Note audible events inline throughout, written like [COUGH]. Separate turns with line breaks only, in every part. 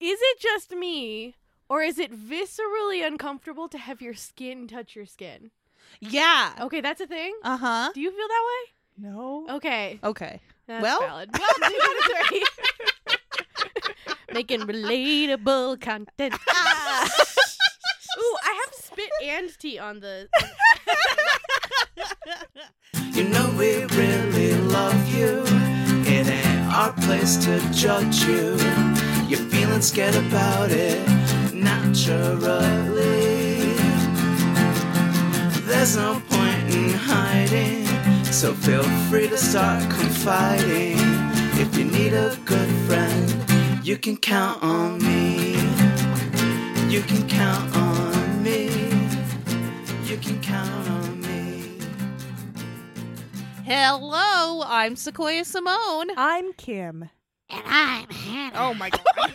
Is it just me, or is it viscerally uncomfortable to have your skin touch your skin?
Yeah.
Okay, that's a thing.
Uh huh.
Do you feel that
No.
way? Okay. [LAUGHS]
Okay.
That's
Well.
valid. Well, [LAUGHS] two out of three. Making relatable content. Ooh, I have spit and tea on the.
You know we really love you. It ain't our place to judge you. You're feeling scared about it naturally. There's no point in hiding, so feel free to start confiding. If you need a good friend, you can count on me. You can count on me. You can count on me.
Hello, I'm
[LAUGHS]
Sequoia Simone. [LAUGHS]
I'm Kim.
And I'm Hannah. Oh my god. and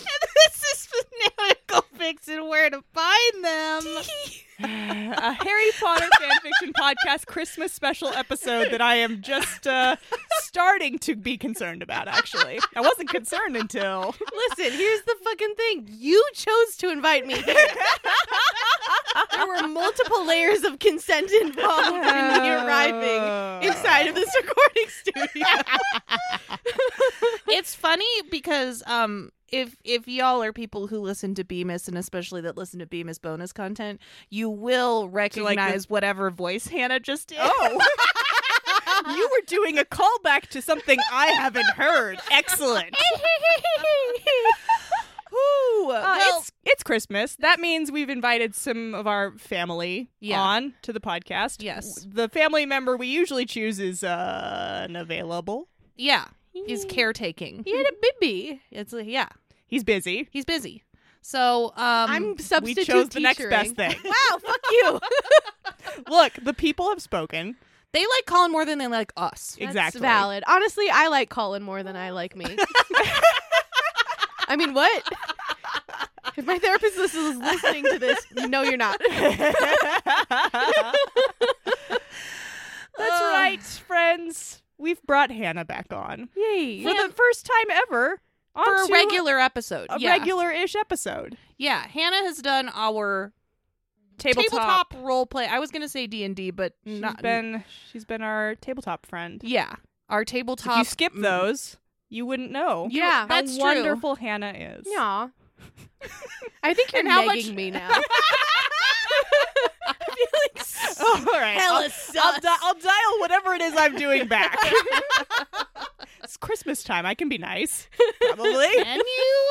this is Fanatical Fix and where to find them.
[LAUGHS]
[LAUGHS]
a Harry Potter fanfiction podcast Christmas special episode that I am just uh, starting to be concerned about, actually. I wasn't concerned until.
[LAUGHS] Listen, here's the fucking thing. You chose to invite me. Here. there were multiple layers of consent involved in me
[LAUGHS]
arriving
Oh.
inside of this recording studio.
it's funny because um if if y'all are people who listen to Bemis and especially that listen to Bemis bonus content, you will recognize whatever voice Hannah just did.
Oh.
Oh.
[LAUGHS] you were doing a callback to something I haven't heard. Excellent. Whew.
well-
Uh, it's, it's Christmas. That means we've invited some of our family
Yeah.
on to the podcast.
Yes.
The family member we usually choose is uh, unavailable.
[LAUGHS] yeah, is caretaking.
He had a baby.
It's like, yeah,
He's busy.
he's busy. So um
I'm substitute
we chose the next
teachering.
best thing.
[LAUGHS]
Wow, fuck [LAUGHS] you.
Look, the people
[LAUGHS]
have spoken.
they like Colin more than they like us.
exactly.
That's valid. Honestly, I like Colin more than I [LAUGHS] like me. I mean, what? If my therapist is is listening to this, no, you're not.
That's right, friends. We've brought Hannah back on
[LAUGHS] Yay.
for the first time ever
For a
onto
regular episode.
a
yeah.
regular-ish episode.
yeah, Hannah has done our
Tabletop.
role play. I was going to say D&D, but
She's
not
been she's been our tabletop friend.
Yeah. Our
If
tabletop
you skip those, you wouldn't know
Yeah,
how
that's true.
wonderful Hannah is.
Aw. I think you're
And how
negging
much-
me [LAUGHS] now. I feel like s-
Oh, [LAUGHS] all right.
hella
I'll,
sus.
I'll, di- I'll dial whatever it is I'm doing back. [LAUGHS] it's Christmas time. I can be nice. [LAUGHS] Probably.
Can you?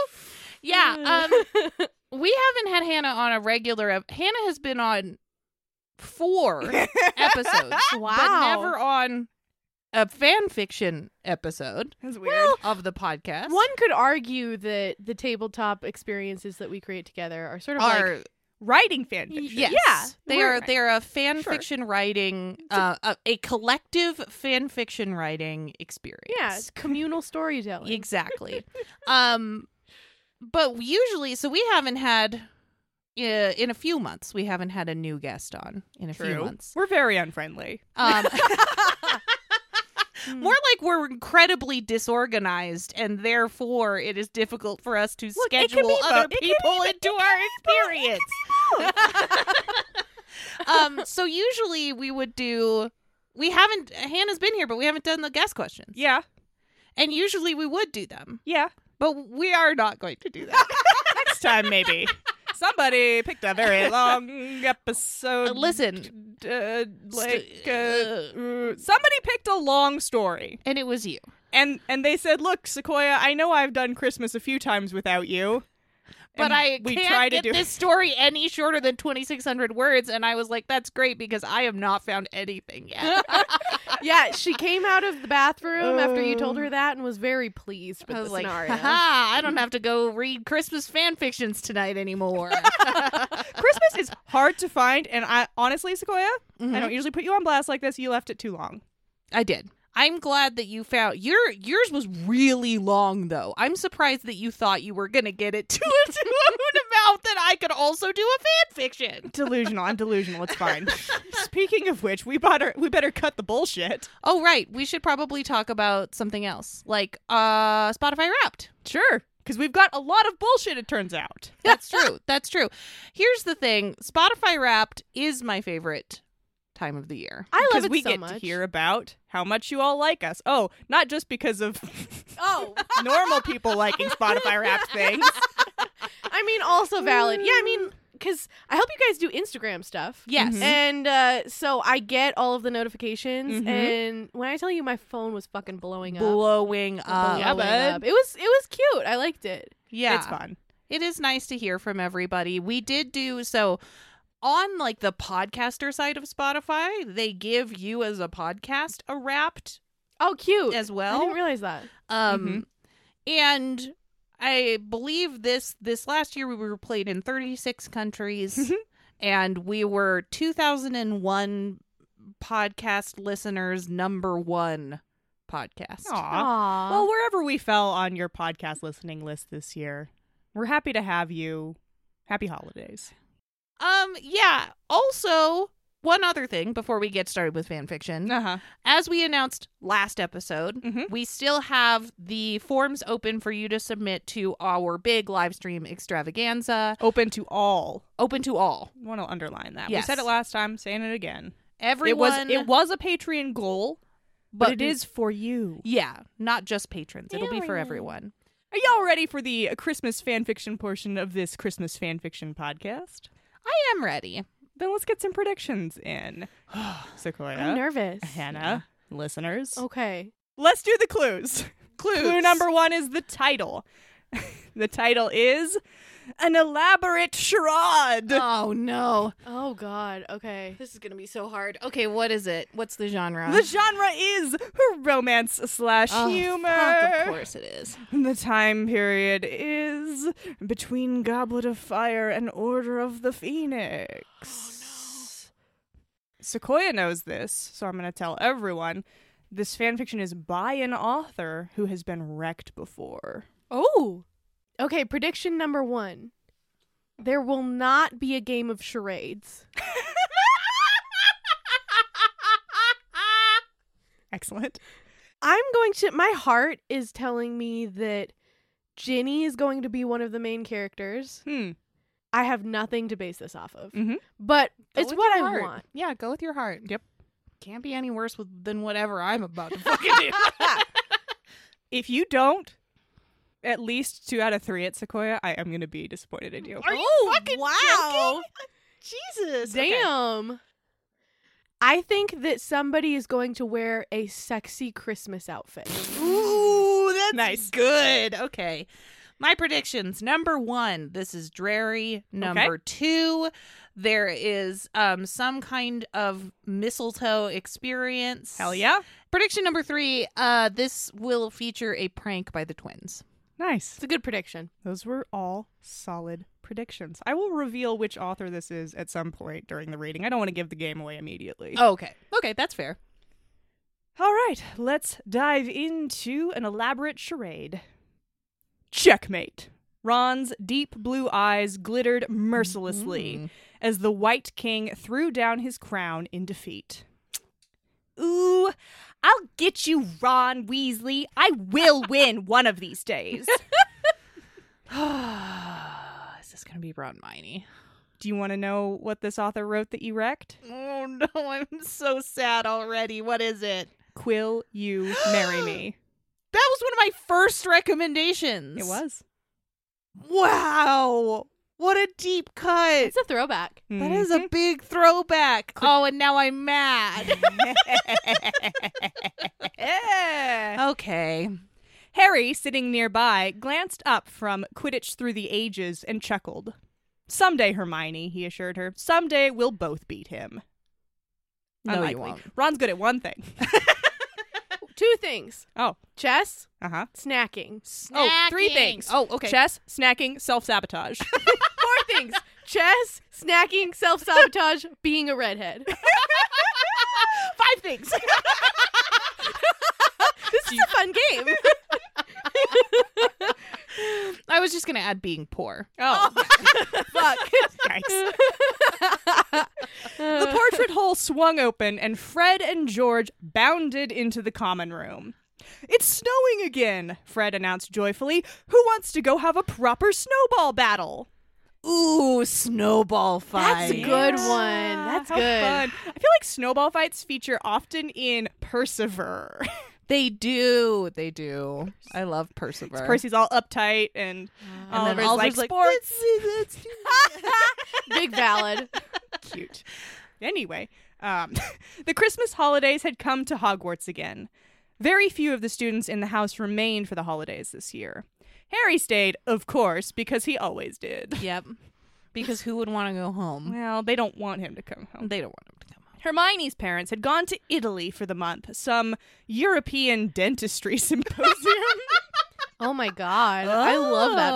Yeah. Um, we haven't had Hannah on a regular. Ev- Hannah has been on
[LAUGHS]
four episodes, but
Wow.
never on a fan fiction episode
That's weird.
of the podcast.
One could argue that the tabletop experiences that we create together are sort of like
are
Writing fan
Y-
fiction.
yes,
yeah,
they
we're-
are. They are a fan
Sure.
fiction writing, uh, a, a collective fan fiction writing experience.
yeah, it's communal storytelling. [LAUGHS]
exactly [LAUGHS] um but usually so we haven't had uh, in a few months we haven't had a new guest on in a few
True.
months
We're very unfriendly. [LAUGHS]
um more like we're incredibly disorganized and therefore it is difficult for us to
Look, it can
schedule
be
other
both. It can
people
be-
into
it
our
can be
experience um so usually we would do we haven't hannah's been here but we haven't done the guest questions
Yeah.
and usually we would do them
Yeah.
but we are not going to do
[LAUGHS]
that
Next time [LAUGHS] maybe. Somebody picked a [LAUGHS] very long episode.
Uh, listen, [LAUGHS]
Uh, like
st-
uh,
uh,
uh, somebody picked a long story.
and it was you.
and and they said, "Look, Sequoia, I know I've done Christmas a few times without you,
But
And
I can't
try
get
to do [LAUGHS]
this story any shorter than 2,600 words, and I was like, "That's great because I have not found anything
[LAUGHS]
yet."
yeah, she came out of the bathroom after you told her that and was very pleased with
I was
the
like,
scenario.
"Haha! [LAUGHS] I don't have to go read Christmas fan fictions tonight anymore."
Christmas is hard to find." And I honestly, Sequoia,
Mhm.
I don't usually put you on blast like this. You left it too long.
I did. I'm glad that you found your yours was really long though. I'm surprised that you thought you were gonna get it [LAUGHS] to, a, to an amount that I could also do a fan fiction.
Delusional. I'm delusional. It's [LAUGHS] fine. Speaking of which, we better we better cut the bullshit.
Oh right, we should probably talk about something else like uh Spotify Wrapped.
Sure. Because we've got a lot of bullshit, it turns out.
That's [LAUGHS] true. That's true. Here's the thing: Spotify Wrapped is my favorite time of the year.
I love
Because
it
we
so
get
much.
to hear about how much you all like us. Oh, not just because [LAUGHS] of
Oh,
normal people liking Spotify rap [LAUGHS] things.
I mean, also valid. Yeah, I mean, because I help you guys do Instagram stuff.
Yes.
Mhm.
And uh, so I get all of the notifications,
Mhm.
and when I tell you, my phone was fucking blowing up.
Blowing up.
Blowing
Yeah, bud.
up. It was it was cute. I liked it.
Yeah.
It's fun.
it is nice to hear from everybody. We did do so on like the podcaster side of Spotify, they give you as a podcast a wrapped
Oh, cute.
as
I
well.
didn't mm-hmm. realize that.
um and I believe this this last year we were played in
[LAUGHS]
36 countries
Mhm.
and we were 2001 podcast listeners number 1 podcast.
Aw.
Aww.
Well, wherever we fell on your podcast listening list this year, we're happy to have you. Happy holidays.
Um yeah, also one other thing before we get started with fan fiction.
Uh-huh.
As we announced last episode,
Mhm.
we still have the forms open for you to submit to our big live stream extravaganza,
Open to all.
open to all.
I want to underline that.
Yes.
We said it last time, saying it again.
Everyone,
It was it was a Patreon goal, but, it is for you.
yeah, not just patrons. It'll be for
Aaron.
everyone.
Are y'all ready for the Christmas fanfiction portion of this Christmas fanfiction podcast?
I am ready.
Then let's get some predictions [SIGHS] in. Sequoia,
I'm nervous.
Hannah, listeners.
Okay.
Let's do the clues. Clues. Oh. Clue number one is the title. [LAUGHS] the title is an elaborate charade.
Oh no.
Oh God. Okay. This is gonna be so hard.
Okay, what is it? What's the genre?
the genre is romance slash
Oh,
humor.
fuck, of course it is.
The time period is between Goblet of Fire and Order of the
Oh,
Phoenix. Sequoia knows this, so I'm going to tell everyone. This fanfiction is by an author who has been wrecked before.
Oh. Okay. Prediction number one: There will not be a game of charades.
Excellent.
I'm going to. My heart is telling me that Ginny is going to be one of the main characters.
Hmm.
I have nothing to base this off of,
Mhm.
but
Mm-hmm. Go
it's
with
what I
your heart.
want.
Yeah, go with your heart.
Yep.
Can't be any worse with, than whatever I'm about to
[LAUGHS]
fucking do.
If you don't, at least two out of three at Sequoia, I am going to be disappointed in you.
oh
wow.
Jesus! Damn. I think that somebody is going to wear a sexy Christmas outfit.
Ooh, that's
Nice.
Good. Okay. My predictions. Number one, this is dreary. Number two, there is um some kind of mistletoe experience.
Hell yeah.
Prediction number three, uh, this will feature a prank by the twins.
Nice.
It's a good prediction.
Those were all solid predictions. I will reveal which author this is at some point during the reading. I don't want to give the game away immediately.
Okay. Okay, that's fair.
All right, let's dive into an elaborate charade. Checkmate. Ron's deep blue eyes glittered mercilessly as the White King threw down his crown in defeat. Ooh, I'll get you, Ron Weasley. I will win one of these days.
[SIGHS] is this gonna be Ron Miney?
Do you want to know what this author wrote that you wrecked?
Oh no, [LAUGHS] I'm so sad already. What is it?
Quill You Marry Me.
That was one of my first recommendations.
It was.
Wow. What a deep cut.
It's a throwback.
Mm-hmm.
That is
[LAUGHS]
a big throwback. Oh, and now I'm [LAUGHS] mad. okay.
Harry, sitting nearby, glanced up from Quidditch Through the Ages and chuckled. Someday, Hermione, he assured her. Someday we'll both beat him. Unlikely. Ron's good at one thing.
Two things:
Oh,
chess,
uh huh.
snacking.
Oh, three things.
Oh, okay.
Chess, snacking, self sabotage.
Four things: chess, snacking, self sabotage, [LAUGHS] being a redhead.
[LAUGHS] Five things.
This is a fun game.
I was just gonna add being poor.
Oh, [LAUGHS]
Fuck.
the portrait hole swung open, and Fred and George bounded into the common room. It's snowing again, Fred announced joyfully. Who wants to go have a proper snowball battle?
Ooh, snowball fight.
That's a good one. That's
How
good.
fun. I feel like snowball fights feature often in Persever.
They do. They do. I love Percival.
Percy's all uptight and
And then
Oliver's
Oliver's
like
like,
sports.
Big valid.
cute. Anyway, um, [LAUGHS] the Christmas holidays had come to Hogwarts again. Very few of the students in the house remained for the holidays this year. Harry stayed, of course, because he always did. [LAUGHS]
Yep. Because who would want to go home?
Well, they don't want him to come home.
They don't want him to come home.
Hermione's parents had gone to Italy for the month, some European dentistry [LAUGHS] symposium.
Oh my god. I love that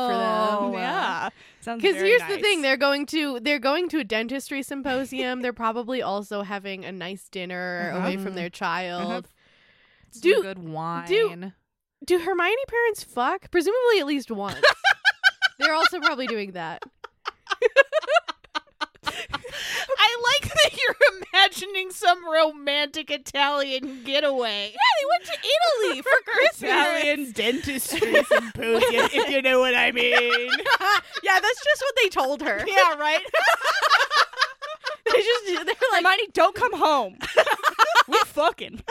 for them.
yeah. Oh, Sounds
Because
very
here's the
nice.
thing,
[LAUGHS]
they're going to they're going to a dentistry symposium. they're probably also having a nice dinner away from their child. Do-
Some good wine.
Do Hermione parents fuck? Presumably at least once. [LAUGHS] they're also probably doing that.
I like that [LAUGHS] you're imagining some romantic Italian getaway.
[LAUGHS] They went to
[LAUGHS]
Italy for
Italian [LAUGHS] dentistry symposium, if you know what I mean.
[LAUGHS] yeah, that's just what they told her.
[LAUGHS] yeah, right?
They just they're like
Hermione, don't come [LAUGHS] home. We're fucking.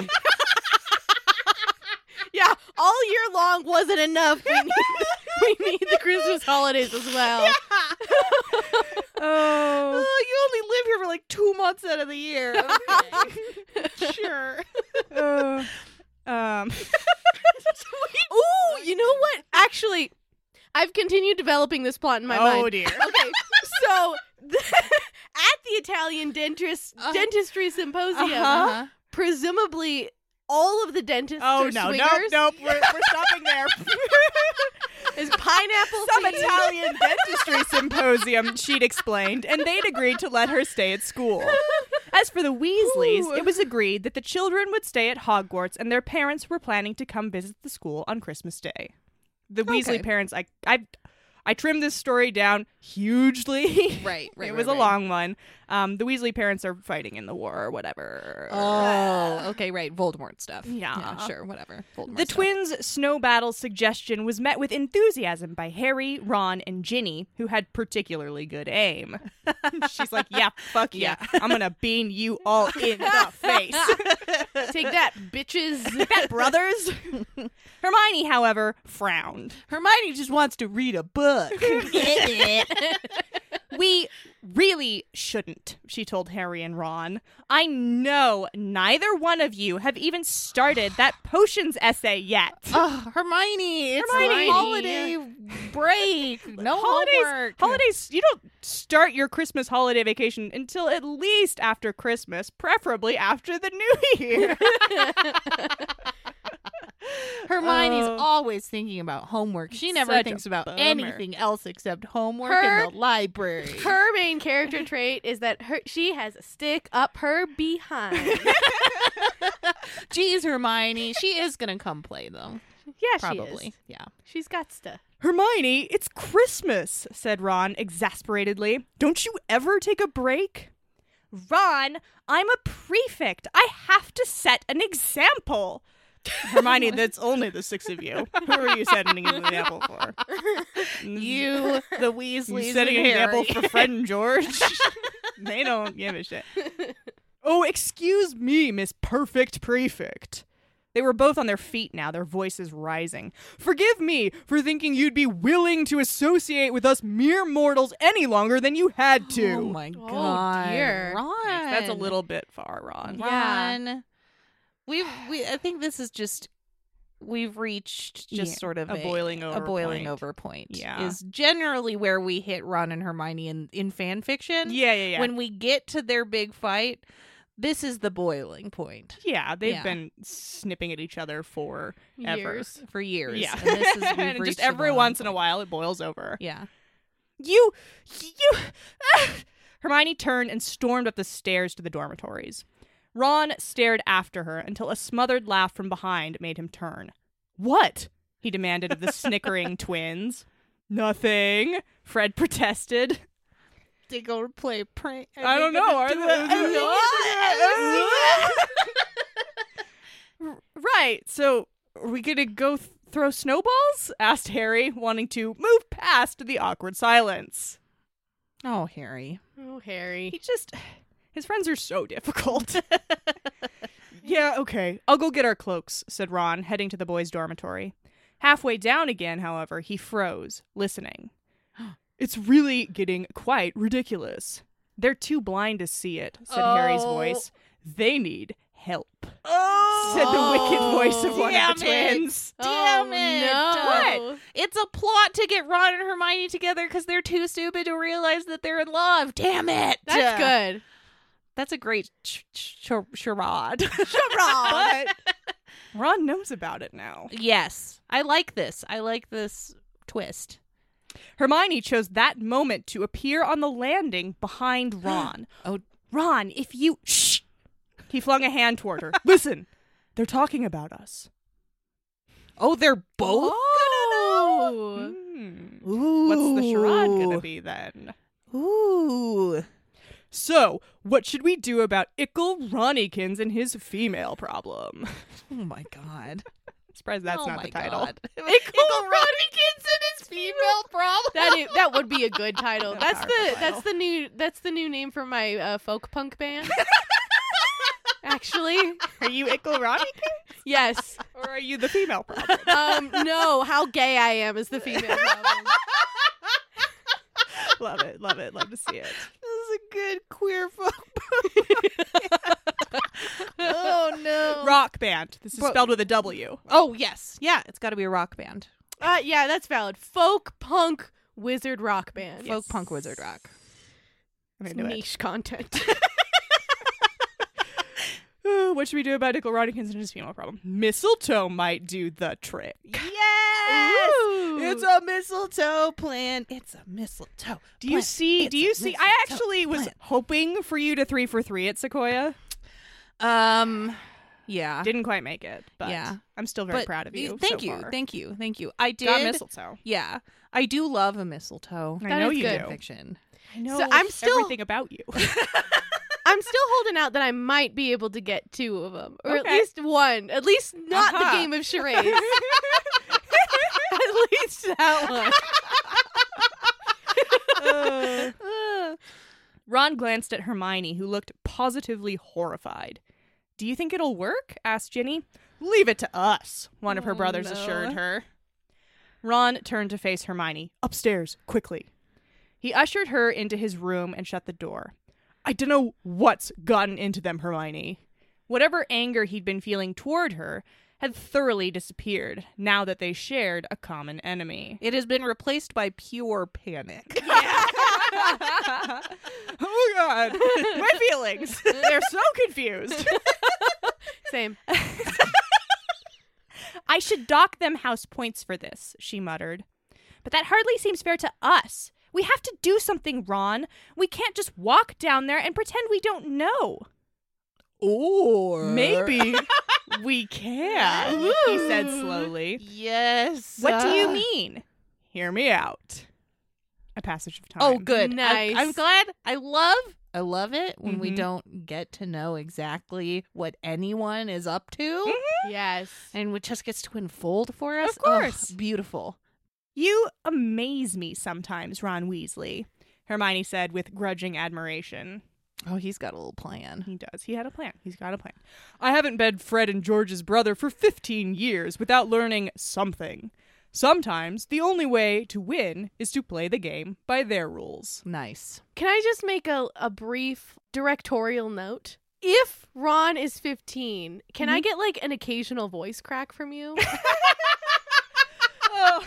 Yeah, all year long wasn't enough. We need, [LAUGHS] we need the Christmas holidays as well.
Oh. [LAUGHS]
Oh, you only live here for like two months out of the year.
[LAUGHS]
Okay. sure.
Oh. [LAUGHS] um.
Ooh, you know what? Actually, I've continued developing this plot in my
oh
mind.
dear.
Okay, [LAUGHS] so the, at the Italian dentist
Uh-huh.
Uh,
dentistry symposium,
Uh-huh.
presumably all of the dentists
Oh
are
no! Nope!
swingers.
Nope! We're, we're stopping [LAUGHS] there.
Is pineapple
[LAUGHS] Some
themed. [LAUGHS]
Italian dentistry symposium, she'd explained, and they'd agreed to let her stay at school. As for the Weasleys,
Ooh.
it was agreed that the children would stay at Hogwarts, and their parents were planning to come visit the school on Christmas Day. The Weasley
Okay.
parents, I, I, I trimmed this story down hugely. [LAUGHS]
Right, right.
it was
right,
[LAUGHS]
right.
a long one. Um, the Weasley parents are fighting in the war or whatever.
Oh, okay, right. Voldemort stuff.
Yeah.
sure, whatever. Voldemort
the
stuff.
twins' snow battle suggestion was met with enthusiasm by Harry, Ron, and Ginny, who had particularly good aim.
[LAUGHS]
She's like, "Yeah, fuck yeah, I'm gonna bean you all in
[LAUGHS]
the face."
Take that, bitches.
brothers. [LAUGHS] Hermione, however, frowned.
Hermione just wants to read a book.
[LAUGHS] We really shouldn't, she told Harry and Ron. I know neither one of you have even started that potions essay yet.
oh, Hermione, it's
Hermione.
like holiday break. No [LAUGHS]
holidays,
homework.
holidays, you don't start your Christmas holiday vacation until at least after Christmas, preferably after the new [LAUGHS] year.
Hermione's
Oh.
always thinking about homework. She never
Such a
thinks about
bummer.
anything else except homework
Her-
in the library.
[LAUGHS] Her main character trait is that her she has a stick up her behind.
Geez, Hermione, she is gonna come play though.
Yeah,
Probably,
she is.
yeah.
She's got stuff.
Hermione, it's Christmas, said Ron exasperatedly. Don't you ever take a break? Ron, I'm a prefect. I have to set an example. Hermione, that's only the six of you. Who are you setting an example for?
[LAUGHS] You, the Weasleys,
You setting an
and
example
Harry.
for Fred
[LAUGHS]
and George? they don't give a shit. Oh, excuse me, Miss Perfect Prefect. They were both on their feet now, their voices rising. Forgive me for thinking you'd be willing to associate with us mere mortals any longer than you had to.
Oh my
Oh,
god,
dear.
Ron,
That's a little bit far, Ron.
Yeah.
Ron. We've, we, I think this is just we've reached just
Yeah,
sort of
a boiling over
a boiling
point.
over point.
Yeah.
is generally where we hit Ron and Hermione in in fan fiction.
Yeah, yeah, yeah.
When we get to their big fight, this is the boiling point
yeah, they've
Yeah.
been snipping at each other [LAUGHS] for
Years.
for years.
Yeah.
and this is, we've
[LAUGHS] And
reached
just
the
every
boiling
once in a
point.
while it boils over.
Yeah.
You, ah! you. Hermione turned and stormed up the stairs to the dormitories. Ron stared after her until a smothered laugh from behind made him turn. What? he demanded of the [LAUGHS] snickering twins. Nothing, Fred protested.
They go to play prank.
I don't know. Are [LAUGHS] they? [LAUGHS] right. So, are we gonna go th- throw snowballs? Asked Harry, wanting to move past the awkward silence.
Oh, Harry.
Oh,
[LAUGHS]
Harry.
He just, his friends are so difficult. yeah. Okay. I'll go get our cloaks," said Ron, heading to the boys' dormitory. Halfway down again, however, he froze,
[GASPS]
listening. It's really getting quite ridiculous. They're too blind to see it, said Harry's
Oh.
voice. They need help,
Oh,
said the wicked voice of one
damn
of the twins.
Damn
oh,
it.
No.
It's a plot to get Ron and Hermione together because they're too stupid to realize that they're in love. Damn it.
That's good.
That's a great ch- ch- char- charade.
[LAUGHS]
But [LAUGHS] Ron knows about it now.
yes. I like this. I like this twist.
Hermione chose that moment to appear on the landing [GASPS] behind Ron.
Oh.
Ron, if you. Shh! He flung a hand toward her. [LAUGHS] Listen, they're talking about us.
Oh, they're both?
Oh.
Hmm.
Ooh.
What's the charade gonna be then?
Ooh.
So, what should we do about Ickle Ronnikins and his female problem? [LAUGHS]
Oh my god.
Surprised that's
Oh
not
my
the title.
[LAUGHS] God. Ickle Rodriguez and his female problem.
That is, that would be a good title. That's
powerful
the
title.
that's the new that's the new name for my uh, folk punk band. Actually,
[LAUGHS] Are you Ickle Ronnikin
yes.
[LAUGHS] or are you the female problem?
Um, no, how gay I am is the female problem.
[LAUGHS] love it, love it, love to see it.
This is a good queer folk. oh
[LAUGHS]
no.
Rock band. This is
Bro-
spelled with a W.
Oh yes. Yeah, it's got to be a rock band.
Uh, yeah, that's valid. Folk punk wizard rock band.
Folk punk wizard rock.
I'm
It's
into it.
niche content.
Uh, what should we do about Ickle Ronnikins and his female problem? Mistletoe might do the trick.
[LAUGHS] Yes.
Ooh.
It's a mistletoe plant. It's a mistletoe.
Do you
plant.
see?
It's
do you
a
see? I
mistletoe
actually was
plant.
hoping for you to three for three at Sequoia.
Um. Yeah.
Didn't quite make it, but
Yeah.
I'm still very
But
proud of
y-
you.
Thank
so
you.
far.
Thank you. Thank you. I did.
Got mistletoe.
Yeah. I do love a mistletoe.
I
That
know
is
you
good.
do.
Fiction.
I know
I'm still-
everything about you.
I'm still holding out that I might be able to get two of them, or at
Okay.
least one. At least not
Uh-huh.
the game of charades.
[LAUGHS]
at least that one.
[LAUGHS] Ron glanced at Hermione, who looked positively horrified. Do you think it'll work? asked Ginny. Leave it to us, one of her
Oh,
brothers
no.
assured her. Ron turned to face Hermione. Upstairs, quickly. He ushered her into his room and shut the door. I dunno what's gotten into them, Hermione. Whatever anger he'd been feeling toward her had thoroughly disappeared now that they shared a common enemy.
It has been replaced by pure
[LAUGHS]
panic.
oh god, my feelings. [LAUGHS] They're so confused.
Same.
[LAUGHS] I should dock them house points for this, she muttered. But that hardly seems fair to us. We have to do something, Ron. We can't just walk down there and pretend we don't know.
Or
Maybe we can, he said slowly.
Yes.
What do you mean? Hear me out. A passage of time.
Oh, good. I,
Nice.
I'm glad. I love. I love it when we
Mhm.
don't get to know exactly what anyone is up to,
Mm-hmm.
Yes.
[LAUGHS] and it just gets to unfold for us. Ugh,
course.
beautiful.
You amaze me sometimes, Ron Weasley, Hermione said with grudging admiration.
Oh, he's got a little plan.
He does. He had a plan. He's got a plan. I haven't been Fred and George's brother for 15 years without learning something. Sometimes the only way to win is to play the game by their [LAUGHS] rules.
Nice.
Can I just make a, a brief directorial note? If Ron is 15, can
Mm-hmm.
I get like an occasional voice crack from you?
[LAUGHS]
[LAUGHS]
Oh,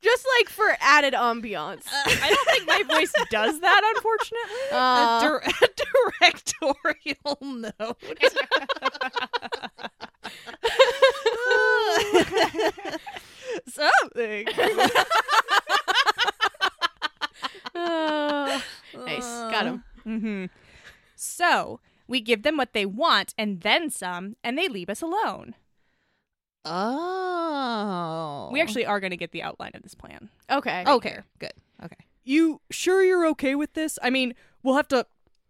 just like for added ambiance.
I don't think my voice does that, unfortunately.
Uh,
[LAUGHS] a,
[LAUGHS]
dir- a directorial note.
Something.
[LAUGHS]
uh, [LAUGHS] nice. Got him.
Mm-hmm. So, no. We give them what they want and then some, and they leave us alone.
Oh.
We actually are going to get the outline of this plan.
Okay.
Okay. Good. Okay.
You sure you're okay with this? I mean, we'll have to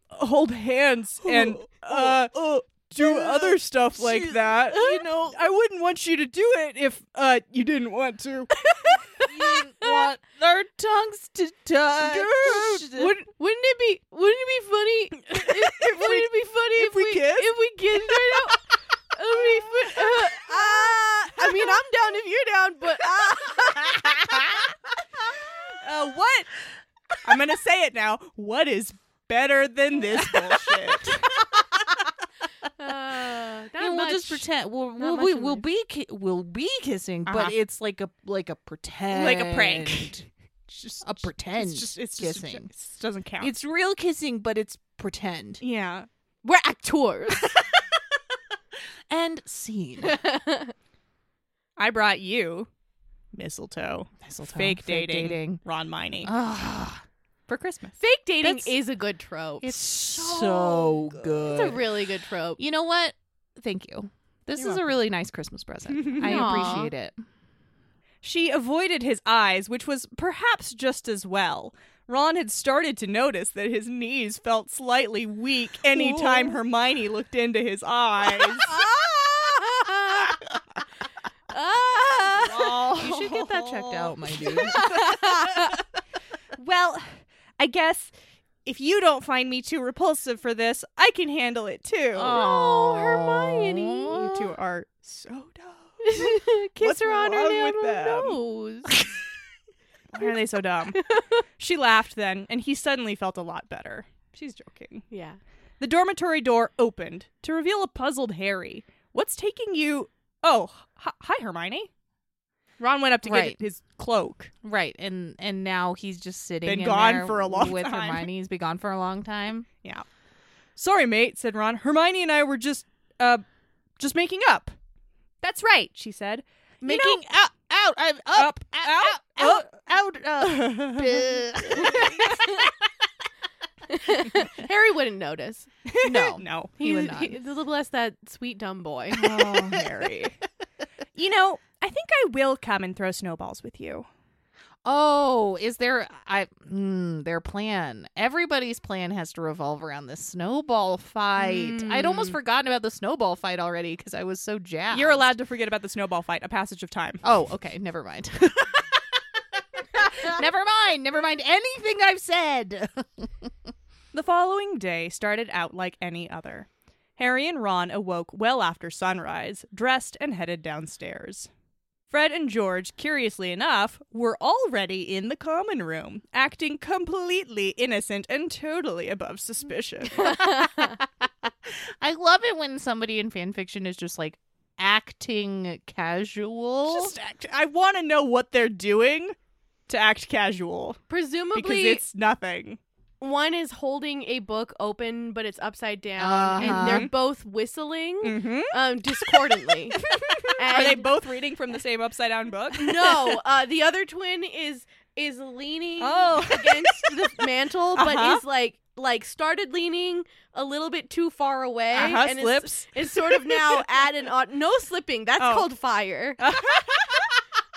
hold [GASPS] hands and uh, do other stuff like that. [LAUGHS] You know, I wouldn't want you to do it if uh, you didn't want to.
you [LAUGHS] want our tongues to touch.
Wouldn't, wouldn't it be wouldn't it be funny [LAUGHS] if, if wouldn't it be funny if,
we kissed?
if we kissed right now? It [LAUGHS] would be fun- uh, uh, I mean, I'm down if you're down, but
Uh, what? I'm going to say it now. What is better than this [LAUGHS] bullshit?
[LAUGHS] uh, uh, not
and we'll
much.
just pretend we'll we'll,
much
we,
of
we'll
it.
be ki- we'll be kissing,
Uh-huh.
but it's like a like a pretend,
Like a prank. just,
a pretend.
it's just, it's just,
kissing.
it just doesn't count.
it's real kissing, but it's pretend
yeah.
We're actors.
and scene.
I brought you mistletoe,
Mistletoe.
fake dating,
dating.
Ron Miney
Ah,
for Christmas.
[LAUGHS] Fake dating
That's-
is a good trope.
it's so good.
It's a really good trope.
you know what? Thank you. This
You're
is a really nice Christmas present.
[LAUGHS]
Aw.
I appreciate it.
She avoided his eyes, which was perhaps just as well. Ron had started to notice that his knees felt slightly weak anytime Hermione looked into his
[LAUGHS]
eyes. Ah!
[LAUGHS] You should get that checked out, my dude.
[LAUGHS] Well, I guess if you don't find me too repulsive for this, I can handle it too.
Oh,
Hermione.
You
[LAUGHS]
two are so dumb.
Kiss
What's
her on her
wrong
damn
with them?
nose.
Why are they
[LAUGHS]
so dumb? she laughed then, and he suddenly felt a lot better. She's joking.
yeah.
The dormitory door opened to reveal a puzzled Harry. What's taking you? Oh, hi, hi Hermione. Ron went up to
Right.
get his cloak.
Right, and and now he's just sitting.
Been
in
gone
there
for a long
with
time.
Hermione. He's been gone for a long time.
[LAUGHS] Yeah. Sorry, mate, said Ron. Hermione and I were just, uh, just making up. That's right, she said.
Making out, out, I'm
Up,
up, out,
out,
out, out, out. uh,
[LAUGHS]
Harry wouldn't notice.
no,
no.
he would not.
Little bless that sweet dumb [LAUGHS] boy.
Oh, Harry. you know, I think I will come and throw snowballs with you.
Oh, is there? I mm, their plan. Everybody's plan has to revolve around this snowball fight. I'd almost
Hmm.
forgotten about the snowball fight already because I was so jazzed.
You're allowed to forget about the snowball fight, a passage of time.
Oh, okay. Never mind. [LAUGHS] never mind. Never mind anything I've said. [LAUGHS]
The following day started out like any other. Harry and Ron awoke well after sunrise, dressed and headed downstairs. Fred and George, curiously enough, were already in the common room, acting completely innocent and totally above [LAUGHS] suspicion.
I love it when somebody in fan fiction is just like acting casual.
Just act- I want to know what they're doing to act casual because
Presumably,
it's nothing.
one is holding a book open, but it's upside down, and
Uh-huh.
they're both whistling
Mm-hmm.
um, [LAUGHS] discordantly.
Are they
And-
both reading from the same upside down book? [LAUGHS]
No, uh, the other twin is is leaning
Oh.
against
[LAUGHS]
the mantle,
Uh-huh.
but is like like started leaning a little bit too far away
Uh-huh,
and is-
slips.
Is, sort of
[LAUGHS]
now at an odd no slipping. That's
Oh.
called fire.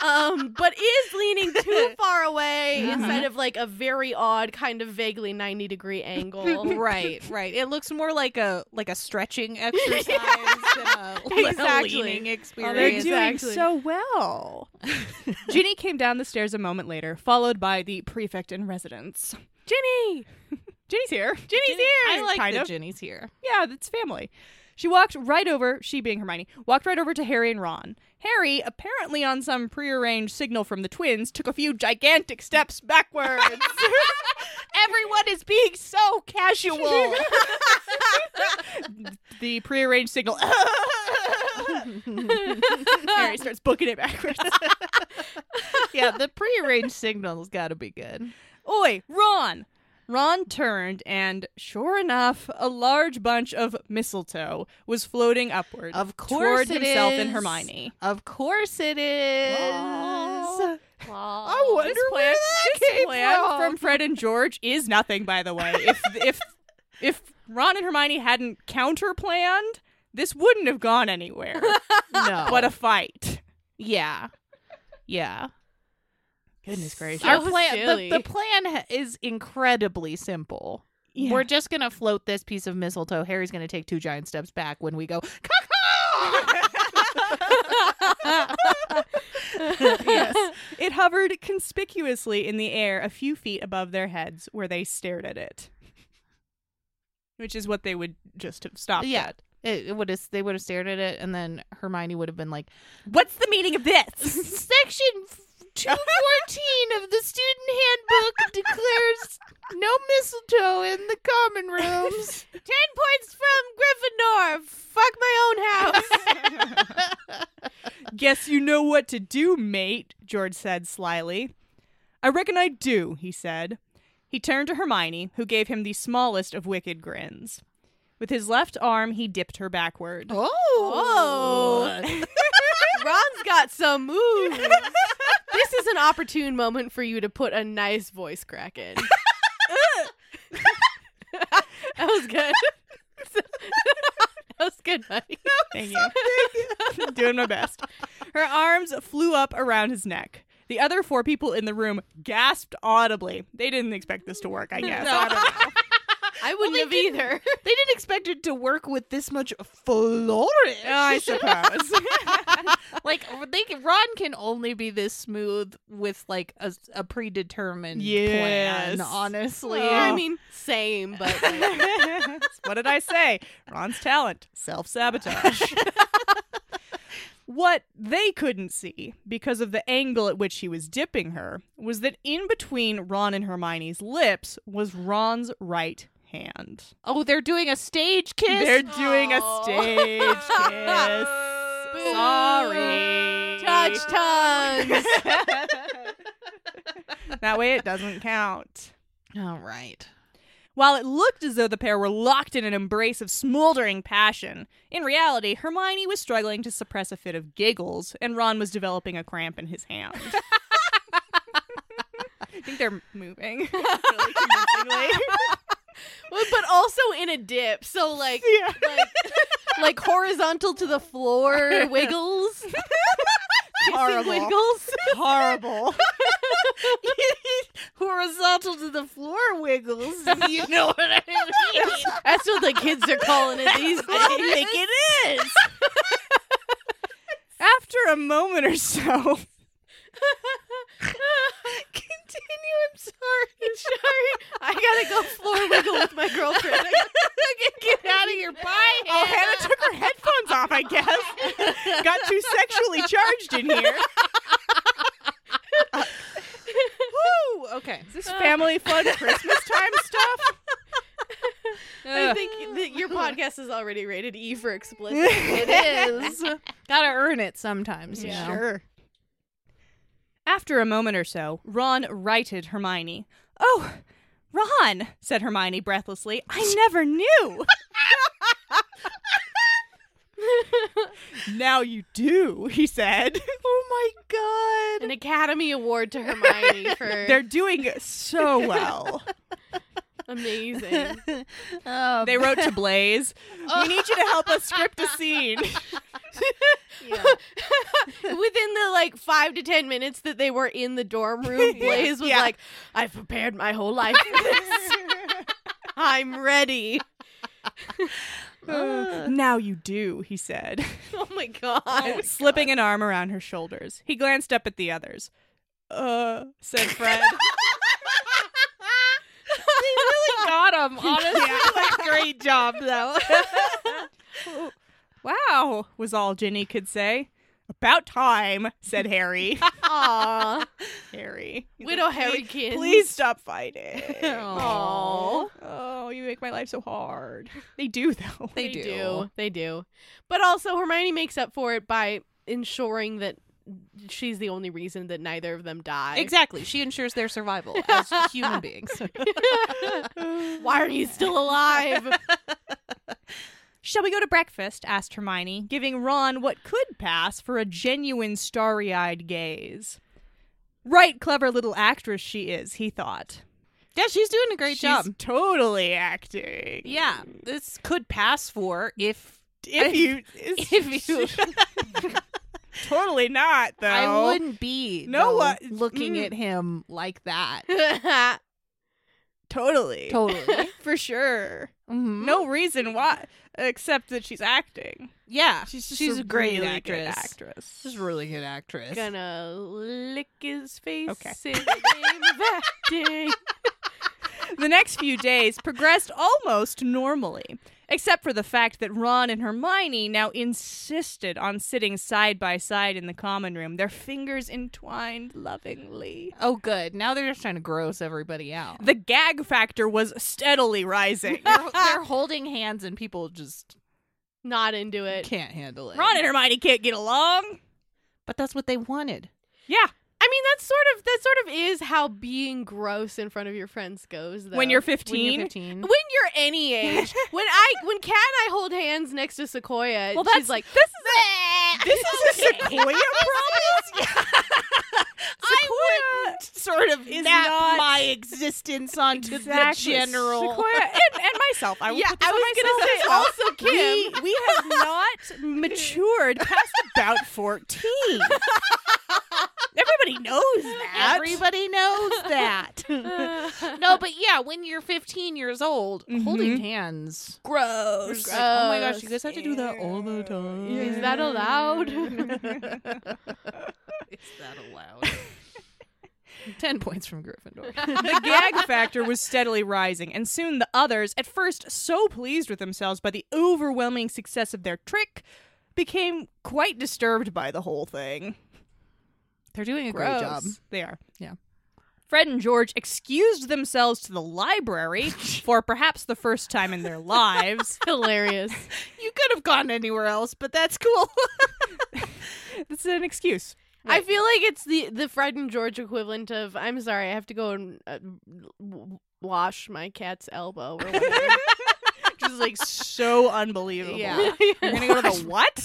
um, but is leaning
[LAUGHS]
too far away
Uh-huh.
instead of like a very odd kind of vaguely ninety degree angle.
[LAUGHS] right, right. It looks more like a like a [LAUGHS] stretching exercise than a,
Exactly.
a leaning
Oh,
They're
experience.
do-
doing
Exactly.
so [LAUGHS] well. Ginny came down the stairs a moment later, followed by the prefect in residence. Ginny! Ginny's here. Ginny's
I like
kind
that
of.
Ginny's here.
yeah, that's family. She walked right over, she being Hermione, walked right over to Harry and Ron. Harry, apparently on some prearranged signal from the twins, took a few gigantic steps backwards. [LAUGHS]
Everyone is being so casual.
[LAUGHS] the prearranged signal. [LAUGHS] Harry starts booking it backwards.
yeah, the prearranged signal's got to be good.
[LAUGHS] Oi, Ron! Ron turned, and sure enough, a large bunch of mistletoe was floating upward
Of course,
toward
it
himself and
is.
Hermione.
Of course, it is.
Aw.
I
this plan, [LAUGHS] this plan from. Fred and George is nothing, by the way. If if if Ron and Hermione hadn't counterplanned, this wouldn't have gone anywhere
[LAUGHS] No.
but a fight.
[LAUGHS] yeah. Yeah.
Goodness gracious.
So
Our plan
silly.
the, the plan ha- is incredibly simple. We're just going to float this piece of mistletoe. Harry's going to take two giant steps back when we go
yes. [LAUGHS] It hovered conspicuously in the air a few feet above their heads where they stared at it. Which is what they would just have
[LAUGHS]
stopped
Yeah.
at.
It, it would have they would have stared at it and then Hermione would have been like
What's the meaning of this? [LAUGHS]
Section 214 of the student handbook declares no mistletoe in the common rooms. 10 points from Gryffindor. Fuck my own house.
Guess you know what to do, mate, George said slyly. I reckon I do, he said. He turned to Hermione, who gave him the smallest of wicked grins. With his left arm, he dipped her backward.
Oh. [LAUGHS] Ron's got some moves. this is an opportune moment for you to put a nice voice crack in. that was good. that was good, buddy.
Thank you. Doing my best. Her arms flew up around his neck. The other four people in the room gasped audibly. They didn't expect this to work, I guess. I don't know.
I wouldn't have either.
They didn't expect it to work with this much flourish.
[LAUGHS] I suppose.
like they can- Ron can only be this smooth with like a, a predetermined
Yes.
plan.
[LAUGHS]
Honestly,
I mean, same, [LAUGHS] but like,
[LAUGHS] what did I say? Ron's talent, self sabotage. what they couldn't see, because of the angle at which he was dipping her, was that in between Ron and Hermione's lips was Ron's right hand.
oh, they're doing a stage kiss.
They're doing a
Aw.
stage kiss. [LAUGHS] Sorry.
touch tongues.
That way it doesn't count.
All right.
While it looked as though the pair were locked in an embrace of smoldering passion, in reality, Hermione was struggling to suppress a fit of giggles, and Ron was developing a cramp in his hand. [LAUGHS] I think they're moving. [LAUGHS] really [LAUGHS] convincingly.
Well, but also in a dip. So like,
Yeah.
like, like horizontal to the [LAUGHS] floor wiggles, kissing
Horrible.
wiggles.
Horrible.
Horizontal to the floor wiggles. [LAUGHS] You know [LAUGHS] what I mean?
That's what the kids are calling it these days.
think it
[LAUGHS]
is. After a moment or so,
Continue. I'm sorry. sorry. I gotta go floor wiggle with my girlfriend. I gotta
[LAUGHS]
get
Out of your pie.
Oh, Hannah took her headphones off, I [LAUGHS] guess. Got too sexually charged in here.
Woo! Okay.
Is this family fun Christmas time stuff? [LAUGHS]
I think that your podcast is already rated E for explicit.
It [LAUGHS] is. Gotta earn it sometimes. You
Yeah.
know?
Sure. After a moment or so, Ron righted Hermione. Oh, Ron, said Hermione breathlessly. [LAUGHS] I never knew. now you do, he said. Oh my
An Academy Award to Hermione for
They're doing so well.
amazing.
Um,
[LAUGHS] They wrote to Blaze, We need you to help us script a
[LAUGHS]
scene.
Within the like five to ten minutes that they were in the dorm room, Blaze was
Yeah.
like, "I've prepared my whole life for this. I'm ready."
now you do, he said,
[LAUGHS] Oh my god!
[LAUGHS] slipping an arm around her shoulders. He glanced up at the others. Uh,
[LAUGHS]
said Fred.
got him.
[LAUGHS]
Honestly,
[LAUGHS]
like, great job though.
[LAUGHS] wow, was all Ginny could say. About time,
[LAUGHS]
said Harry.
Aw,
Harry.
Widow Harrykin.
Please stop fighting.
[LAUGHS] Aw.
Oh, you make my life so hard. They do, though.
They, do. They do. But also, Hermione makes up for it by ensuring that she's the only reason that neither of them die.
Exactly. She ensures their survival as human beings.
Why are you still alive?
Shall we go to breakfast? asked Hermione, giving Ron what could pass for a genuine starry eyed gaze. Right clever little actress she is, he thought.
Yeah, she's doing a great
She's
job.
Totally acting.
Yeah, this could pass for if
[LAUGHS] If you,
[LAUGHS] if you.
[LAUGHS] totally not
[LAUGHS]
though.
I wouldn't be
No,
no
uh,
looking
mm.
at him like that.
totally.
Totally.
For sure.
Mhm.
No reason why, except that she's acting.
Yeah,
She's just
she's
a,
a, great
really good
actress.
actress.
She's a really good actress.
Gonna lick his face.
Okay.
in the name of acting.
The next few days progressed almost normally, except for the fact that Ron and Hermione now insisted on sitting side by side in the common room, their fingers entwined lovingly.
Oh, good. Now they're just trying to gross everybody
[LAUGHS]
out.
The gag factor was steadily [LAUGHS] rising.
They're, they're holding hands and people just
Not into it.
can't handle it.
Ron and Hermione can't get along.
But that's what they wanted.
Yeah,
I mean, that's sort of that sort of is how being gross in front of your friends goes. Though.
when you're
When
15.
you're 15.
when you're any age, when I when Kat and I hold hands next to Sequoia,
[LAUGHS] Well,
she's
that's- [LAUGHS]
like,
this is a, this [LAUGHS] is a Sequoia problem. [LAUGHS] Sequoia
sort of
is
map
not-
my existence onto
exactly.
the
[LAUGHS]
general.
Sequoia and, and myself. I will
yeah,
put this
I
on
was
myself
gonna say
as well.
also Kim.
We, we have not matured past about 14. Everybody knows that.
Everybody [LAUGHS] knows that. no, but yeah, when you're 15 years old, holding hands.
Gross.
Like, oh my gosh, you guys have to do that all the time.
Is that
[LAUGHS]
allowed?
Is that allowed? [LAUGHS] Ten points from [LAUGHS] Gryffindor.
the gag factor was steadily rising, and soon the others, at first so pleased with themselves by the overwhelming success of their trick, became quite disturbed by the whole thing.
They're doing a great
Gross.
job.
They are.
Yeah.
Fred and George excused themselves to the library for perhaps the first time in their lives.
Hilarious.
You could have gone anywhere else, but that's cool. [LAUGHS]
It's an excuse.
I feel like it's the the Fred and George equivalent of I'm sorry, I have to go and uh, w- wash my cat's elbow. Or whatever.
[LAUGHS] Just like so unbelievable.
Yeah.
[LAUGHS]
You're gonna go to the what?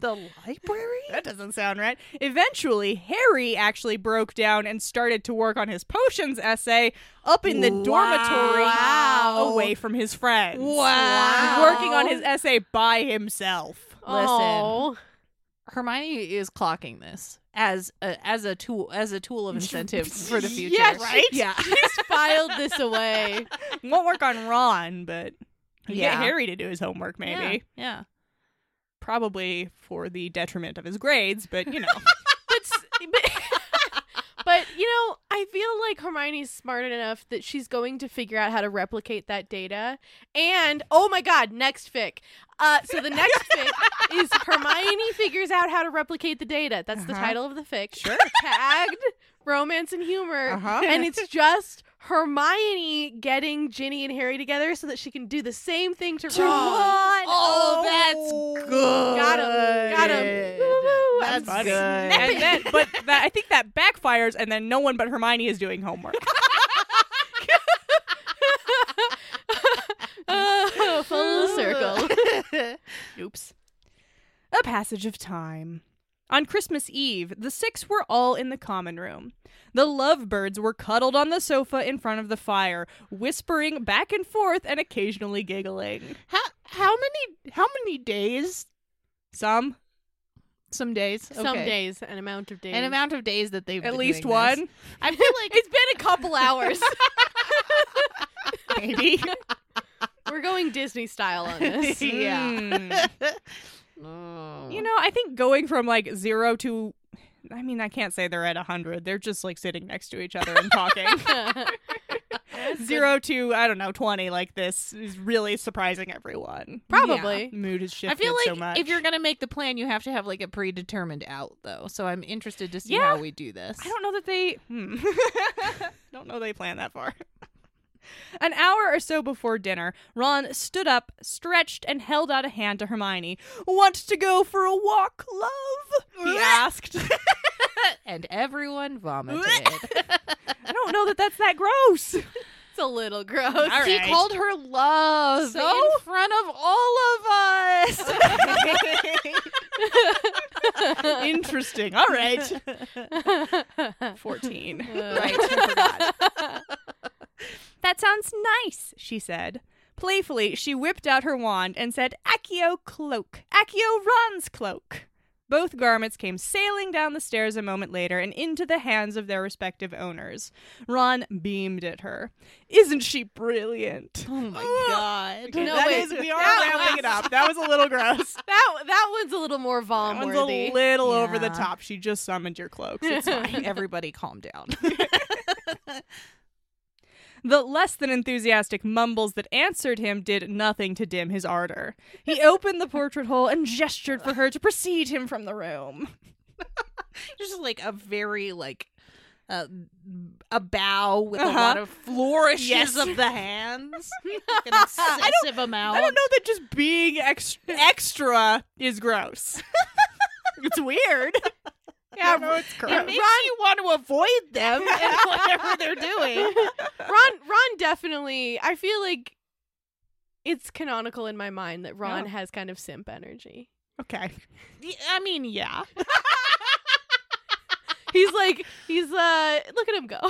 the library?
that doesn't sound right. Eventually, Harry actually broke down and started to work on his potions essay up in the
Wow.
dormitory away from his friends.
Wow.
Working on his essay by himself.
Oh.
Hermione is clocking this as a, as a tool as a tool of incentive for [LAUGHS] the future.
Yes,
right?
Yeah.
Just filed this away.
Won't work on Ron, but you
Yeah.
get Harry to do his homework maybe.
Yeah.
Probably for the detriment of his grades, but
[LAUGHS]
you know.
But, s- but [LAUGHS] but you know, I feel like Hermione's smart enough that she's going to figure out how to replicate that data. And oh my god, next fic. Uh, so the next fic is Hermione figures out how to replicate the data. That's the
Uh-huh.
title of the fic. Sure. Tagged romance and humor,
Uh-huh.
and it's just. Hermione getting Ginny and Harry together so that she can do the same thing to, Ron.
Oh, that's good.
Got him. Got him. Woo-woo. I'm
That's
Funny.
good.
[LAUGHS] And then, but that, I think that backfires, and then no one but Hermione is doing
[LAUGHS]
homework.
[LAUGHS] Oh,
[LAUGHS]
full circle.
Oops. A passage of time. On Christmas Eve, the six were all in the common room. The lovebirds were cuddled on the sofa in front of the fire, whispering back and forth and occasionally giggling.
How how many how many days?
Some,
Some days.
Some
Okay.
days, an amount of days.
An amount of days that they've
at
been
least
doing this.
one,
I feel [LAUGHS] like
It's been a couple hours.
[LAUGHS]
maybe.
[LAUGHS] We're going Disney style on
[LAUGHS]
this.
Yeah. [LAUGHS] Oh.
Mm.
you
You
know
know, I think going from like zero to, I mean, I can't say they're at a 100. They're just like sitting next to each other and
[LAUGHS]
talking. zero to, I don't know, 20 like this is really surprising everyone.
Probably.
Mood has shifted
I feel
so
like
much.
if you're gonna make the plan, you have to have like a predetermined out, though. So I'm interested to see
Yeah.
how we do this.
I don't know that they. Hmm. [LAUGHS] don't know they plan that far. [LAUGHS] An hour or so before dinner, Ron stood up, stretched, and held out a hand to Hermione. Want to go for a walk, love?
[LAUGHS]
He asked.
And everyone [LAUGHS] vomited.
I don't know that that's that gross.
It's a little gross.
He called her love
So?
[LAUGHS] in front of all of us.
[LAUGHS] Interesting. All [LAUGHS] right. 14.
Right.
That sounds nice, she said. Playfully, she whipped out her wand and said, Accio cloak! Accio runs cloak! Both garments came sailing down the stairs a moment later and into the hands of their respective owners. Ron beamed at her. Isn't she brilliant?
Oh my god. No,
That
wait,
is- we are
that
ramping it up. That was a [LAUGHS] little gross.
That that one's a little more
That
vom
one's
worthy.
a little [LAUGHS] over the
Yeah.
top. She just summoned your cloaks. [LAUGHS] It's fine.
Everybody calm
[LAUGHS]
down.
The less than enthusiastic mumbles that answered him did nothing to dim his ardor. [LAUGHS] He opened the portrait hole and gestured for her to precede him from the room.
Just like a very like uh, a bow with a
Uh-huh.
lot of flourishes
Yes.
of the [LAUGHS] hands. Like an excessive amount.
I don't know that just being [LAUGHS] ex- extra is gross. it's [LAUGHS] weird.
Yeah,
it's
It makes you want to avoid them and whatever they're doing.
[LAUGHS] Ron Ron definitely I feel like it's canonical in my mind that Ron
Yeah.
has kind of simp energy.
Okay.
Y- I mean, yeah.
He's like he's uh look at him go.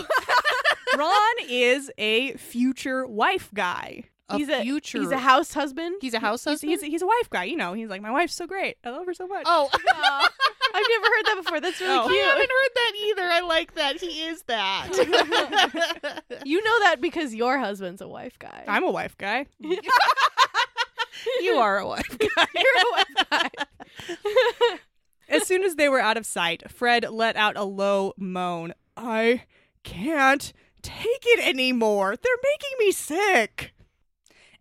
[LAUGHS]
Ron is a future wife guy.
he's a
future.
he's a house husband.
he's a house
He's,
husband.
[LAUGHS] he's, he's a wife guy, you know. He's like, my wife's so great. I love her so much.
oh,
Aw. [LAUGHS] I've never heard that before. That's really
Oh.
[LAUGHS] I
cute.
haven't heard that either. I like that he is that.
You know that because your husband's a wife guy.
I'm a wife guy.
you are a wife guy.
[LAUGHS] You're a wife guy.
As soon as they were out of sight, Fred let out a low moan. I can't take it anymore. They're making me sick.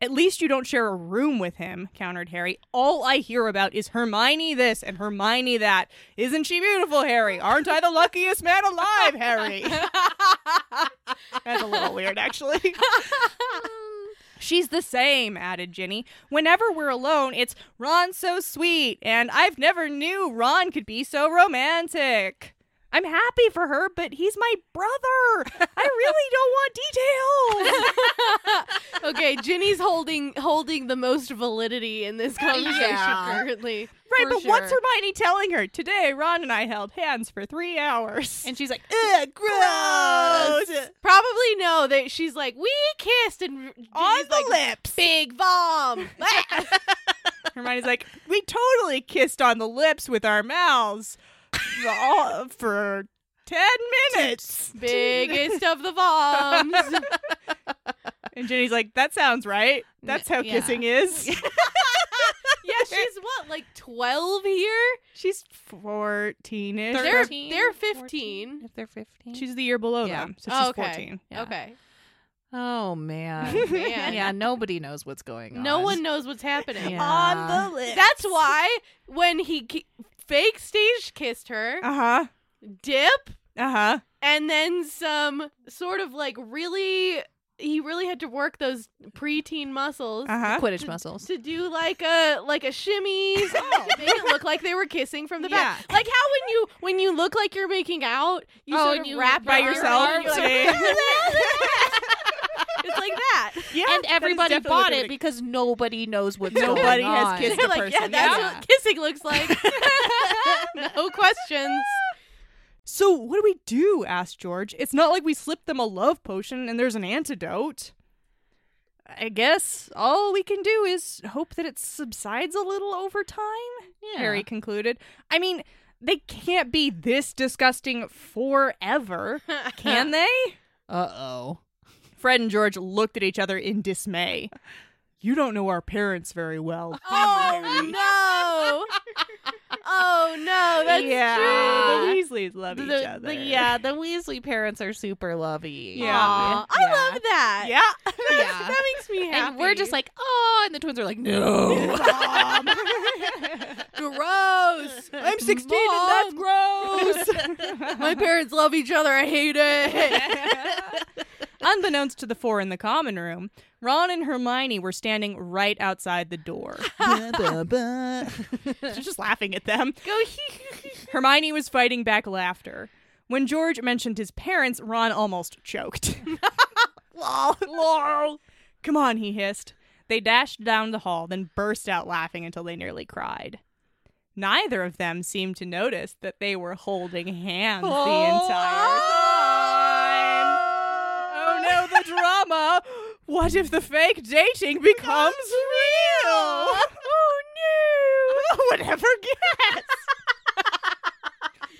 At least you don't share a room with him, countered Harry. All I hear about is Hermione this and Hermione that. Isn't she beautiful, Harry? Aren't I the luckiest man alive, Harry? That's a little weird, actually. She's the same, added Ginny. Whenever we're alone, it's Ron's so sweet, and I've never knew Ron could be so romantic. I'm happy for her, but he's my brother. I really don't want
[LAUGHS]
details.
okay, Ginny's holding holding the most validity in this conversation
Yeah.
currently.
right,
For
but
sure.
what's Hermione telling her? Today, Ron and I held hands for three hours. [LAUGHS]
And she's like, ugh, gross.
Probably no. That she's like we kissed and Ginny's
on the
like,
lips.
Big vom.
Hermione's like, we totally kissed on the lips with our mouths [LAUGHS] for, all- for 10 minutes.
Biggest of the voms.
[LAUGHS] And Ginny's like, that sounds right. That's how
yeah. [LAUGHS]
kissing is. [LAUGHS]
yeah, [LAUGHS] she's what, like twelve here?
She's 14 ish.
They're
13,
they're
14.
fifteen.
If they're 15.
She's the year below
Yeah.
them, so she's
Oh, okay.
14.
Yeah.
Okay.
oh, man.
Man.
Yeah, nobody knows what's going on.
No one knows what's happening.
Yeah. On
the list.
That's why when he ki- fake stage kissed her,
Uh huh.
dip,
Uh huh.
and then some sort of like really, he really had to work those preteen muscles
Uh huh.
Quidditch muscles.
to do like a like a shimmy,
Oh.
[LAUGHS] make it look like they were kissing from the
Yeah.
back. Like how when you when you look like you're making out, you
Oh,
sort
and
of
you
wrap
By
your
yourself.
arms, you're like,
[LAUGHS]
Say-
[LAUGHS] it's like that.
yeah,
and
that is
everybody
definitely
bought
what
it
they-
because nobody knows what's
Nobody
going
has
on.
kissed
They're
the
like, yeah,
person.
that's
Yeah.
what kissing looks like. no questions.
So, what do we do? asked George. It's not like we slipped them a love potion and there's an antidote. I guess all we can do is hope that it subsides a little over time.
[LAUGHS] Yeah.
Harry concluded. I mean, they can't be this disgusting
[LAUGHS]
forever, can they?
Uh-oh.
Fred and George looked at each other in dismay. You don't know our parents very well.
Oh no! Oh no! That's
yeah,
true.
the Weasleys love
The-
each
the-
other.
yeah, the Weasley parents are super lovey.
Yeah.
Aw, I love that.
yeah.
Yeah.
That makes me happy.
And we're just like, oh, and the twins are like,
[LAUGHS]
no.
gross.
I'm 16 and that's gross.
My parents love each other. I hate it.
Unbeknownst to the four in the common room, Ron and Hermione were standing right outside the
[LAUGHS]
door. She's just laughing at them.
[LAUGHS] Go.
Hermione was fighting back laughter. When George mentioned his parents, Ron almost choked. [LAUGHS] Lol. Lol. Come on, he hissed. They dashed down the hall, then burst out laughing until they nearly cried. Neither of them seemed to notice that they were holding
[LAUGHS]
hands the
Oh.
entire time. Oh no, [LAUGHS] the drama! What if the fake dating becomes real? Oh no! [LAUGHS] I would never guess.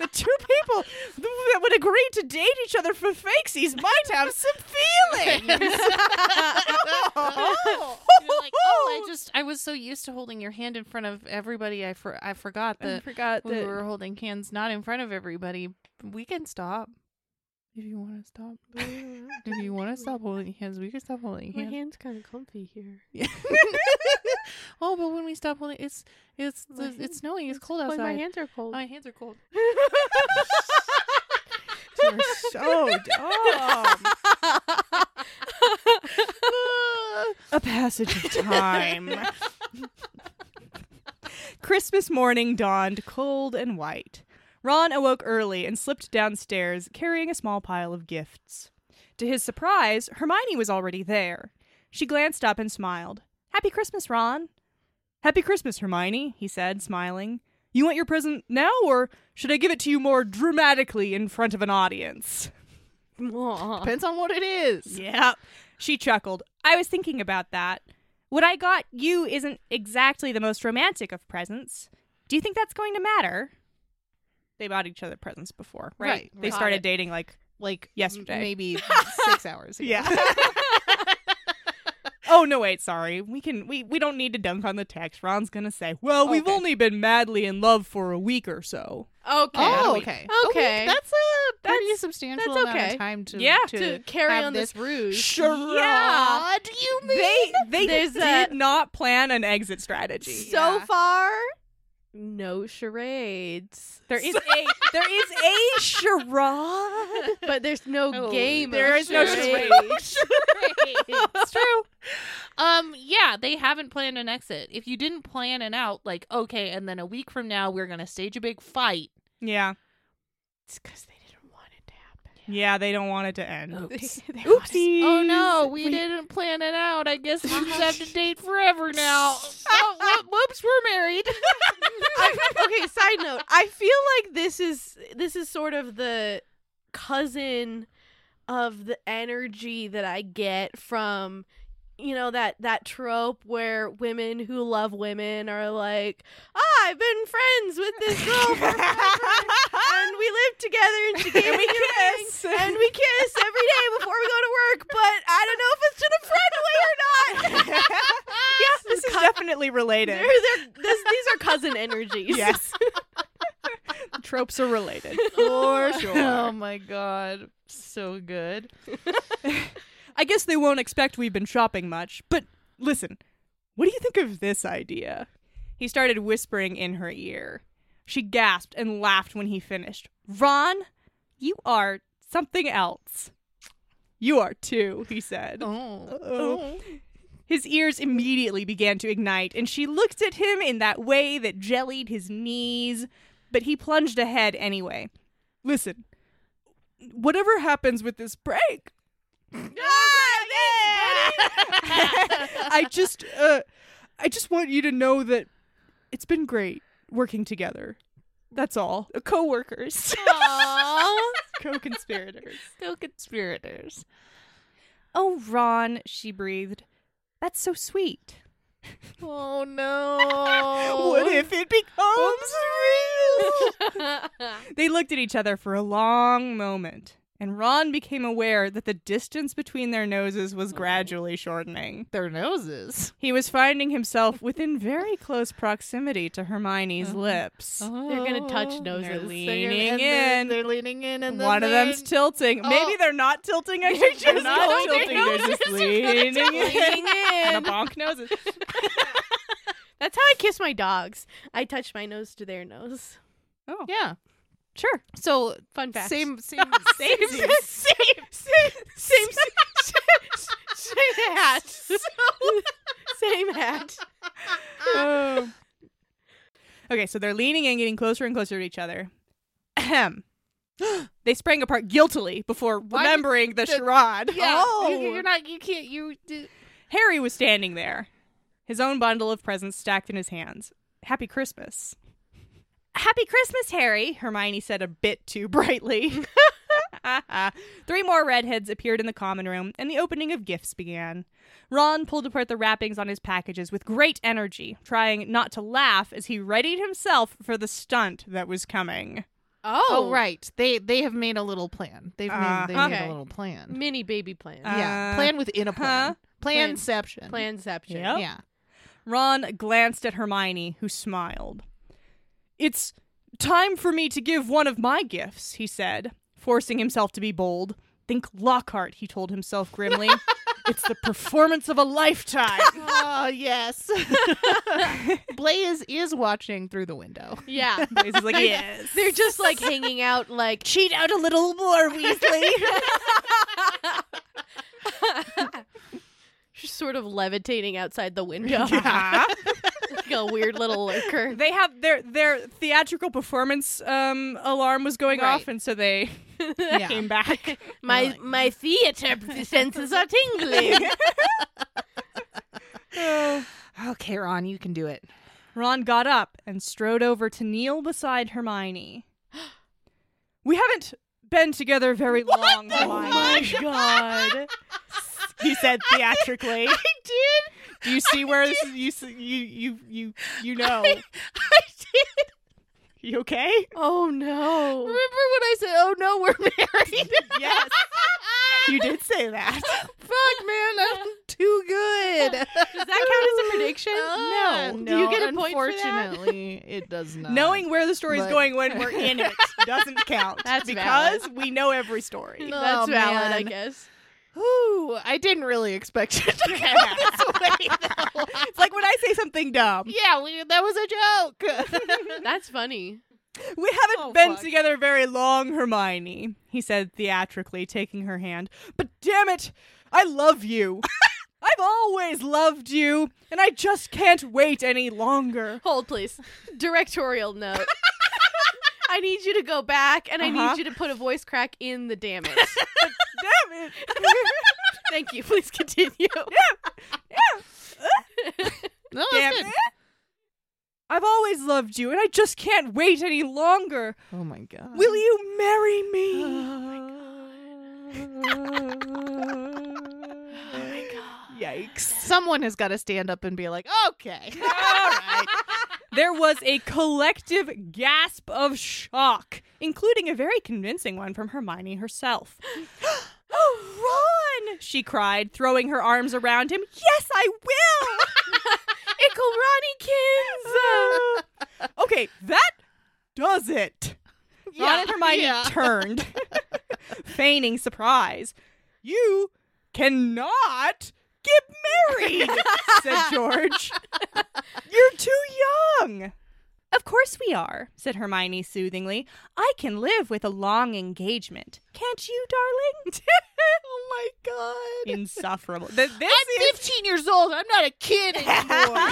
the two people th- that would agree to date each other for fakesies might have some [LAUGHS] feelings.
[LAUGHS]
oh. You're like, oh, I just I was so used to holding your hand in front of everybody. I for I forgot
I
that
forgot
we
that.
were holding hands not in front of everybody. We can stop. If you want to stop, if you
[LAUGHS]
want to stop holding hands, we can stop holding
My
hands.
hand's kind of comfy here.
[LAUGHS] oh, but when we stop holding, it's it's
My
it's,
hand-
snowing. It's cold
Boy,
outside.
my hands are cold.
My hands are cold.
You're so [LAUGHS] dumb. A passage of time. [LAUGHS] Christmas morning dawned cold and white. Ron awoke early and slipped downstairs, carrying a small pile of gifts. To his surprise, Hermione was already there. She glanced up and smiled. Happy Christmas, Ron. Happy Christmas, Hermione, he said, smiling. You want your present now, or should I give it to you more dramatically in front of an audience? [LAUGHS]
Aw.
Depends on what it is.
Yeah. She chuckled. I was thinking about that. What I got you isn't exactly the most romantic of presents. Do you think that's going to matter? They bought each other presents before, right?
Right,
They
got
started
it.
dating like
Like [LAUGHS]
Yesterday.
maybe six hours. Ago.
[LAUGHS] oh no, wait, sorry. We can we we don't need to dunk on the text. Ron's gonna say, "Well, we've
Okay.
only been madly in love for a week or so."
Okay.
Oh, okay.
A week.
That's a pretty
That's-
substantial
that's
amount
okay.
of time to
Yeah.
to carry
have
on this, ruse.
Sure.
Yeah.
Do you
They they
There's
did
a-
not plan an exit strategy.
So
Yeah.
far, no charades.
There is a there is a charade.
but there's no
Oh,
game.
There
of
is [LAUGHS] no
charades.
charade.
[LAUGHS] it's true. Um, yeah, they haven't planned an exit. If you didn't plan it out, like okay, and then a week from now we're gonna stage a big fight.
yeah.
[LAUGHS] It's because they didn't want it to happen.
Yeah, they don't want it to end.
[LAUGHS] They- they wanted-
Oopsie.
Oh no, we didn't plan it out. I guess we just have [LAUGHS] to date forever [LAUGHS] now. oh, whoop- whoops, we're married.
I- okay. Side note: I feel like this is this is sort of the cousin of the energy that I get from you know that that trope where women who love women are like, ah, I've been friends with this girl for forever, and we lived together, and she gave
And
me
we
a ring,
kiss."
and we kiss every day before we go to work. But I don't know if it's in a friend way or not.
[LAUGHS]
[LAUGHS]
yeah, this is definitely related.
They're- they're- this, these are cousin energies. [LAUGHS]
Yes. [LAUGHS] Tropes are related.
for
oh my god, so good.
I guess they won't expect we've been shopping much, but listen, what do you think of this idea? He started whispering in her ear. She gasped and laughed when he finished. Ron, you are something else. You are too, he said.
Oh,
Uh-oh. His ears immediately began to ignite, and she looked at him in that way that jellied his knees, but he plunged ahead anyway. Listen, whatever happens with this break, [LAUGHS] I just, uh, I just want you to know that it's been great working together. That's all. [LAUGHS] Co-workers, co-conspirators.
go conspirators.
Oh, Ron, she breathed. That's so sweet.
Oh no.
What if it becomes real? [LAUGHS] they looked at each other for a long moment, and Ron became aware that the distance between their noses was gradually shortening.
their noses?
He was finding himself within very close proximity to Hermione's lips.
They're gonna
Oh.
touch noses.
They're
They're
leaning
and they're-
in.
They're leaning in, and then
One of
they-
them's tilting. Maybe
Oh.
[LAUGHS] they're not tilting. I
They're
should just
just
not
going-
tilting.
their
[LAUGHS] They're just leaning [LAUGHS] in. And a bonk noses.
That's how I kiss my dogs. I touch my nose to their nose. [LAUGHS]
Oh,
Yeah.
sure.
So
Fun fact.
same, same, same,
Same-
Same, same hat. same hat.
Oh. okay, so they're leaning in, getting closer and closer to each other. Ahem. [GASPS] they sprang apart guiltily before
did
remembering the, charade.
Yeah.
Oh.
You, you're not. You can't. You. Do,
Harry was standing there, his own bundle of presents stacked in his hands. Happy Christmas. Happy Christmas, Harry, Hermione said a bit too brightly. [LAUGHS] Three more redheads appeared in the common room, and the opening of gifts began. Ron pulled apart the wrappings on his packages with great energy, trying not to laugh as he readied himself for the stunt that was coming.
Oh,
Oh, right. They they have made a little plan. They've made,
Uh,
they made
okay.
a little plan.
Mini baby plan.
Uh,
yeah, plan within a plan. Planception.
Planception.
Yep.
Yeah.
Ron glanced at Hermione, who smiled. It's time for me to give one of my gifts, he said, forcing himself to be bold. Think Lockhart, he told himself [LAUGHS] grimly. it's the performance of a lifetime. [LAUGHS]
oh yes. Blaze is watching through the window.
Yeah.
He's like, yes.
They're just like hanging out, like,
Cheat out a little more, Weasley. [LAUGHS]
just sort of levitating outside the window.
Yeah.
[LAUGHS] like a weird little
[LAUGHS]
lurker.
Uh-huh. They have their their theatrical performance um, alarm was going off,
Right.
and so they
Yeah.
came [LAUGHS] back.
My my theater senses are tingling. [LAUGHS]
Oh,
Okay, Ron, you can do it.
Ron got up and strode over to kneel beside Hermione. [GASPS] We haven't been together very long, Hermione. Oh my god. He [LAUGHS] said theatrically.
I did.
Do you see where this is? You see- you you you
[LAUGHS]
you know.
I did.
You okay?
oh no.
Remember when I said, "Oh no, we're [LAUGHS] married."
Yes. You [LAUGHS] did say that.
Fuck, man, I'm too good. Does that count
as a prediction?
Uh, no,
No. Do you get a point for that?
Unfortunately, it [LAUGHS] does not.
Knowing where the story's
Uh, But-
going when we're in it doesn't count.
That's
because we know every [LAUGHS] story.
No.
That's
Oh,
valid, I
man.
guess.
Ooh, I didn't really expect it to go this way. though.
It's like when I say something dumb.
[LAUGHS] yeah, we, that was a joke.
That's funny.
We haven't
Oh,
been
fuck.
together very long, Hermione, he said theatrically, taking her hand. But damn it, I love
[LAUGHS]
you. I've always loved you, and I just can't wait any longer.
Hold, please. Directorial note. [LAUGHS] I need you to go back and I
Uh-huh.
need you to put a voice crack in the damage.
Damn it.
[LAUGHS]
Thank you. Please continue.
[LAUGHS] [LAUGHS] no,
Damn
it's good.
it. I've always loved you, and I just can't wait any longer.
Oh my god.
Will you marry
[SIGHS]
me?
Oh
[LAUGHS] Yikes.
Someone has got to stand up and be like, [LAUGHS] "Okay."
There was a collective gasp of shock, including a very convincing one from Hermione herself. [GASPS] oh, Ron! She cried, throwing her arms around him. Yes, I will! Ickle Ronnie okay, that does it. Ron and Hermione
yeah.
turned, feigning surprise. You cannot get married, said George. You're too young. Of course we are, said Hermione soothingly. I can live with a long engagement. Can't you, darling?
Oh [LAUGHS] my god.
Insufferable. Th- this
I'm 15 years old. I'm not a [LAUGHS] kid anymore.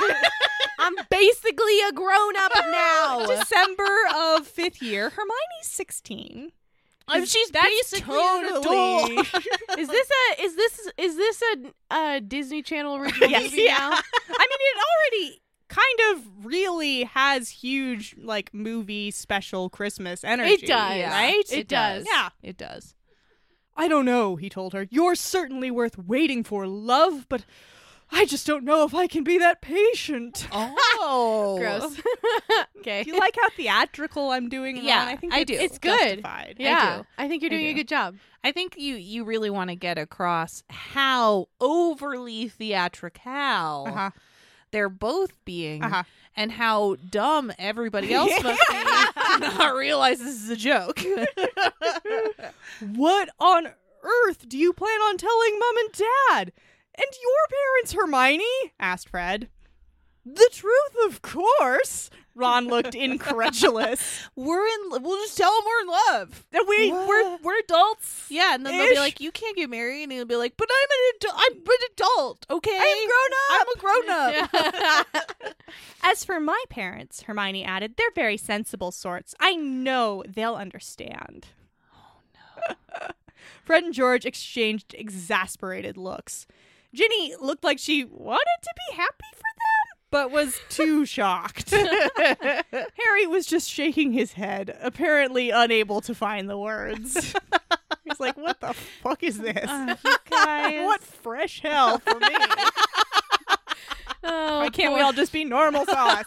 I'm basically a grown up now. [LAUGHS]
is December of fifth year. Hermione's 16.
I'm-
Is-
she's
that's
basically an
totally.
adult.
is this a is this is this a, uh Disney Channel
[LAUGHS]
original
Yes,
movie
yeah.
now?
I mean, it already kind of really has huge like movie special Christmas energy.
It does,
right?
It, does.
Yeah.
It does.
I don't know, he told her. You're certainly worth waiting for, love, but I just don't know if I can be that patient.
[LAUGHS]
[LAUGHS]
Oh. [LAUGHS]
Gross. [LAUGHS] okay.
Do you like how theatrical I'm doing? Ron?
Yeah,
I think
I do.
it's- It's good.
Good.
Justified.
yeah.
do.
I, think you're
I
doing a
do.
good job.
I think you you really want to get across how overly theatrical
Uh-huh.
they're both being
Uh-huh.
and how dumb everybody else must be to not realize this is
[LAUGHS]
a joke.
What on earth do you plan on telling Mum and Dad? And your parents, Hermione? asked Fred. The truth, of course. Ron [LAUGHS] looked incredulous.
we're in we'll just tell them we're in love.
And we, we're,
What?
we're adults.
Yeah, and then they'll
Ish.
be like, "You can't get married," and he'll be like, "But I'm an adult. I'm an adult. Okay,
I'm
I'm grown up.
[LAUGHS] As for my parents, Hermione added, they're very sensible sorts. I know they'll understand. Oh, no. [LAUGHS] Fred and George exchanged exasperated looks. Ginny looked like she wanted to be happy for them, but was
[LAUGHS]
too shocked. [LAUGHS] Harry was just shaking his head, apparently unable to find
[LAUGHS]
the words. He's like, "What the fuck is this?
Uh, you guys.
[LAUGHS] what fresh hell for me?
[LAUGHS] Oh,
Why can't we
boy.
all just be
[LAUGHS]
normal sauce?"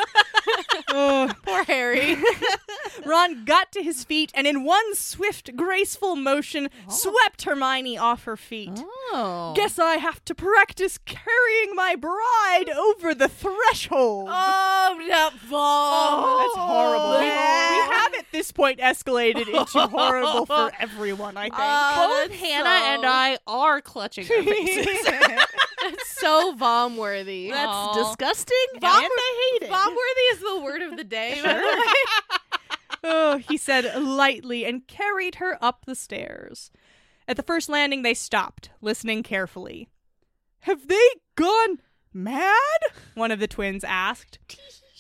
Ugh.
Poor Harry.
[LAUGHS] Ron got to his feet and, in one swift, graceful motion, swept Hermione off her feet.
Oh.
Guess I have to practice carrying my bride over the threshold.
oh, that
Oh,
ball.
that's horrible. We-
yeah.
We, have at this point escalated into [LAUGHS] horrible for everyone, I think.
Oh,
both
that's
Hannah and
so-
I are
[LAUGHS]
clutching our faces.
That's
[LAUGHS]
so vom worthy.
That's
Aw.
disgusting.
Vom-
and I hate it.
Vom worthy is the word of the [LAUGHS] day. by the
Sure.
way.
oh, he said lightly and carried her up the stairs. At the first landing, they stopped, listening carefully. Have they gone mad? One of the twins asked.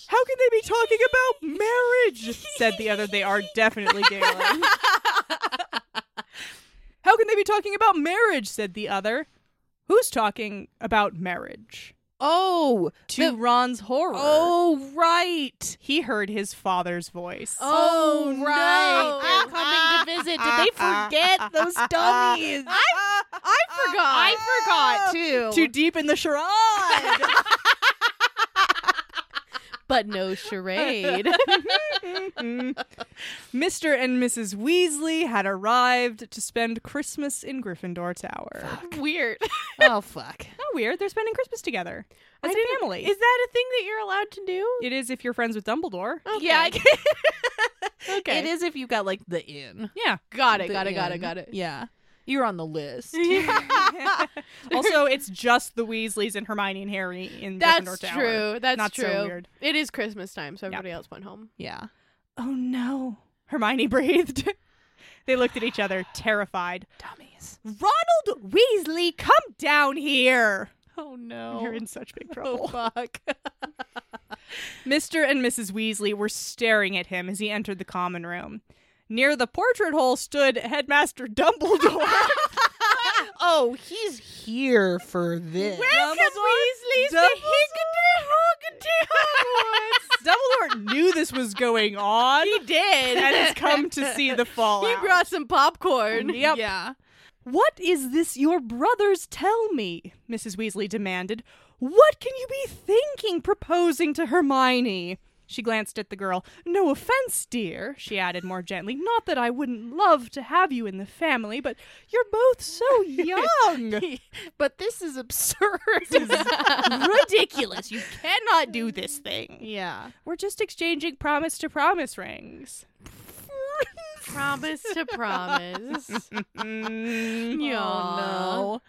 How can they be talking about marriage? said the other. They are definitely
[LAUGHS]
giggling. How can they be talking about marriage? said the other. Who's talking about marriage?
Oh.
To
The-
Ron's horror.
Oh, right.
He heard his father's voice.
Oh,
no.
right. They're coming to visit. Did they forget those
[LAUGHS]
dummies?
I, I forgot. [LAUGHS]
I forgot too.
Too deep in
[LAUGHS]
the charade.
but no
[LAUGHS]
charade.
Mr. and Mrs. Weasley had arrived to spend Christmas in Gryffindor Tower. How
Weird.
[LAUGHS] oh fuck.
weird. They're spending Christmas together as
I
a
didn't-
family.
Is that a thing that you're allowed to do?
it is if you're friends with Dumbledore.
Yeah, I
can-
okay. It is if you got like the in. [LAUGHS]
Yeah. [LAUGHS]
got it.
The
Got it. Got it.
in.
Got it.
Yeah. You're on
[LAUGHS]
the list.
also, it's just the Weasleys and Hermione and Harry in Gryffindor
That's
Tower.
true. That's
Not
true.
so weird.
It is Christmas time, so everybody else went home.
yeah.
Oh no. Hermione breathed. [LAUGHS] they looked at each other, terrified.
Dummies.
Ronald Weasley, come down here.
Oh no.
You're in such big trouble.
[LAUGHS] oh
[LAUGHS]
[LAUGHS]
fuck.
Mr. and Mrs. Weasley were staring at him as he entered the common room. Near the portrait hole stood Headmaster [LAUGHS] Dumbledore.
oh, he's here for this.
Weasley, Dumbledore knew this was going on
He did.
and has come to see [LAUGHS] the fallout.
He brought some popcorn.
[LAUGHS] Yep.
Yeah.
What is this your brothers tell me? Mrs. Weasley demanded. What can you be thinking proposing to Hermione? She glanced at the girl. No offense, dear, she added more gently. Not that I wouldn't love to have you in the family, but you're both [LAUGHS] so young.
but this is absurd.
Ridiculous. You cannot do this thing.
[LAUGHS] yeah.
Mm. We're just exchanging promise to promise rings.
[LAUGHS] promise to
[LAUGHS]
promise.
Mm.
Yeah.
Oh,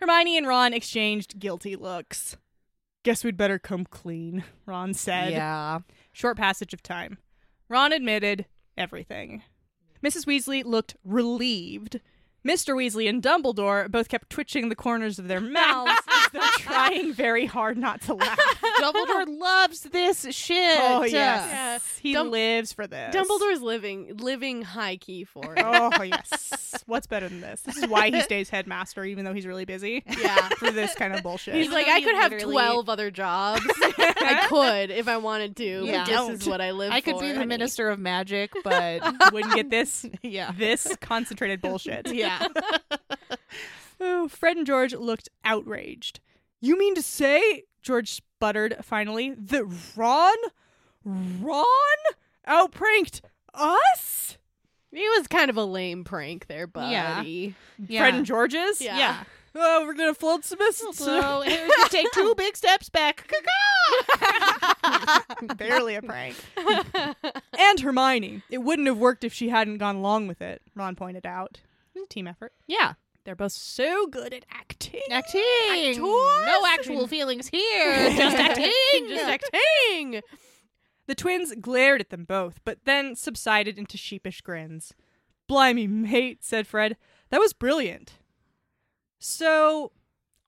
Hermione and Ron exchanged guilty looks. Guess we'd better come clean, Ron said.
Yeah.
Short passage of time. Ron admitted everything. Mrs. Weasley looked relieved. Mr. Weasley and Dumbledore both kept twitching the corners of their mouths as though trying very hard not to laugh.
Dumbledore loves this shit.
Oh, yes.
Yeah.
He
Dum-
lives for this.
Dumbledore's living living high key for it.
Oh, yes. What's better than this? This is why he stays headmaster, even though he's really busy.
Yeah.
[LAUGHS] For this kind of bullshit.
He's
Even
like,
though
I
you
could have
literally-
12 other
[LAUGHS]
jobs. I could if I wanted to.
Yeah.
But this is
Don't.
what I live
I could
for.
be the minister of [LAUGHS] magic, but
wouldn't get this
yeah.
this concentrated bullshit.
[LAUGHS] Yeah.
Oh, Fred and George looked outraged. You mean to say, George sputtered finally, that Ron, Ron outpranked us?
It was kind of a lame prank there,
[LAUGHS]
buddy.
yeah.
Fred and George's?
Yeah.
Yeah.
Oh, we're gonna float some
So here's you take [LAUGHS] two big steps back.
[LAUGHS] Barely a prank. and Hermione. It wouldn't have worked if she hadn't gone along with it, Ron pointed out. It was a team effort.
Yeah.
They're both so good at acting.
Acting.
Actors.
No actual feelings here. [LAUGHS] Just acting.
Just acting.
The twins glared at them both, but then subsided into sheepish grins. Blimey, mate, said Fred. That was brilliant. So,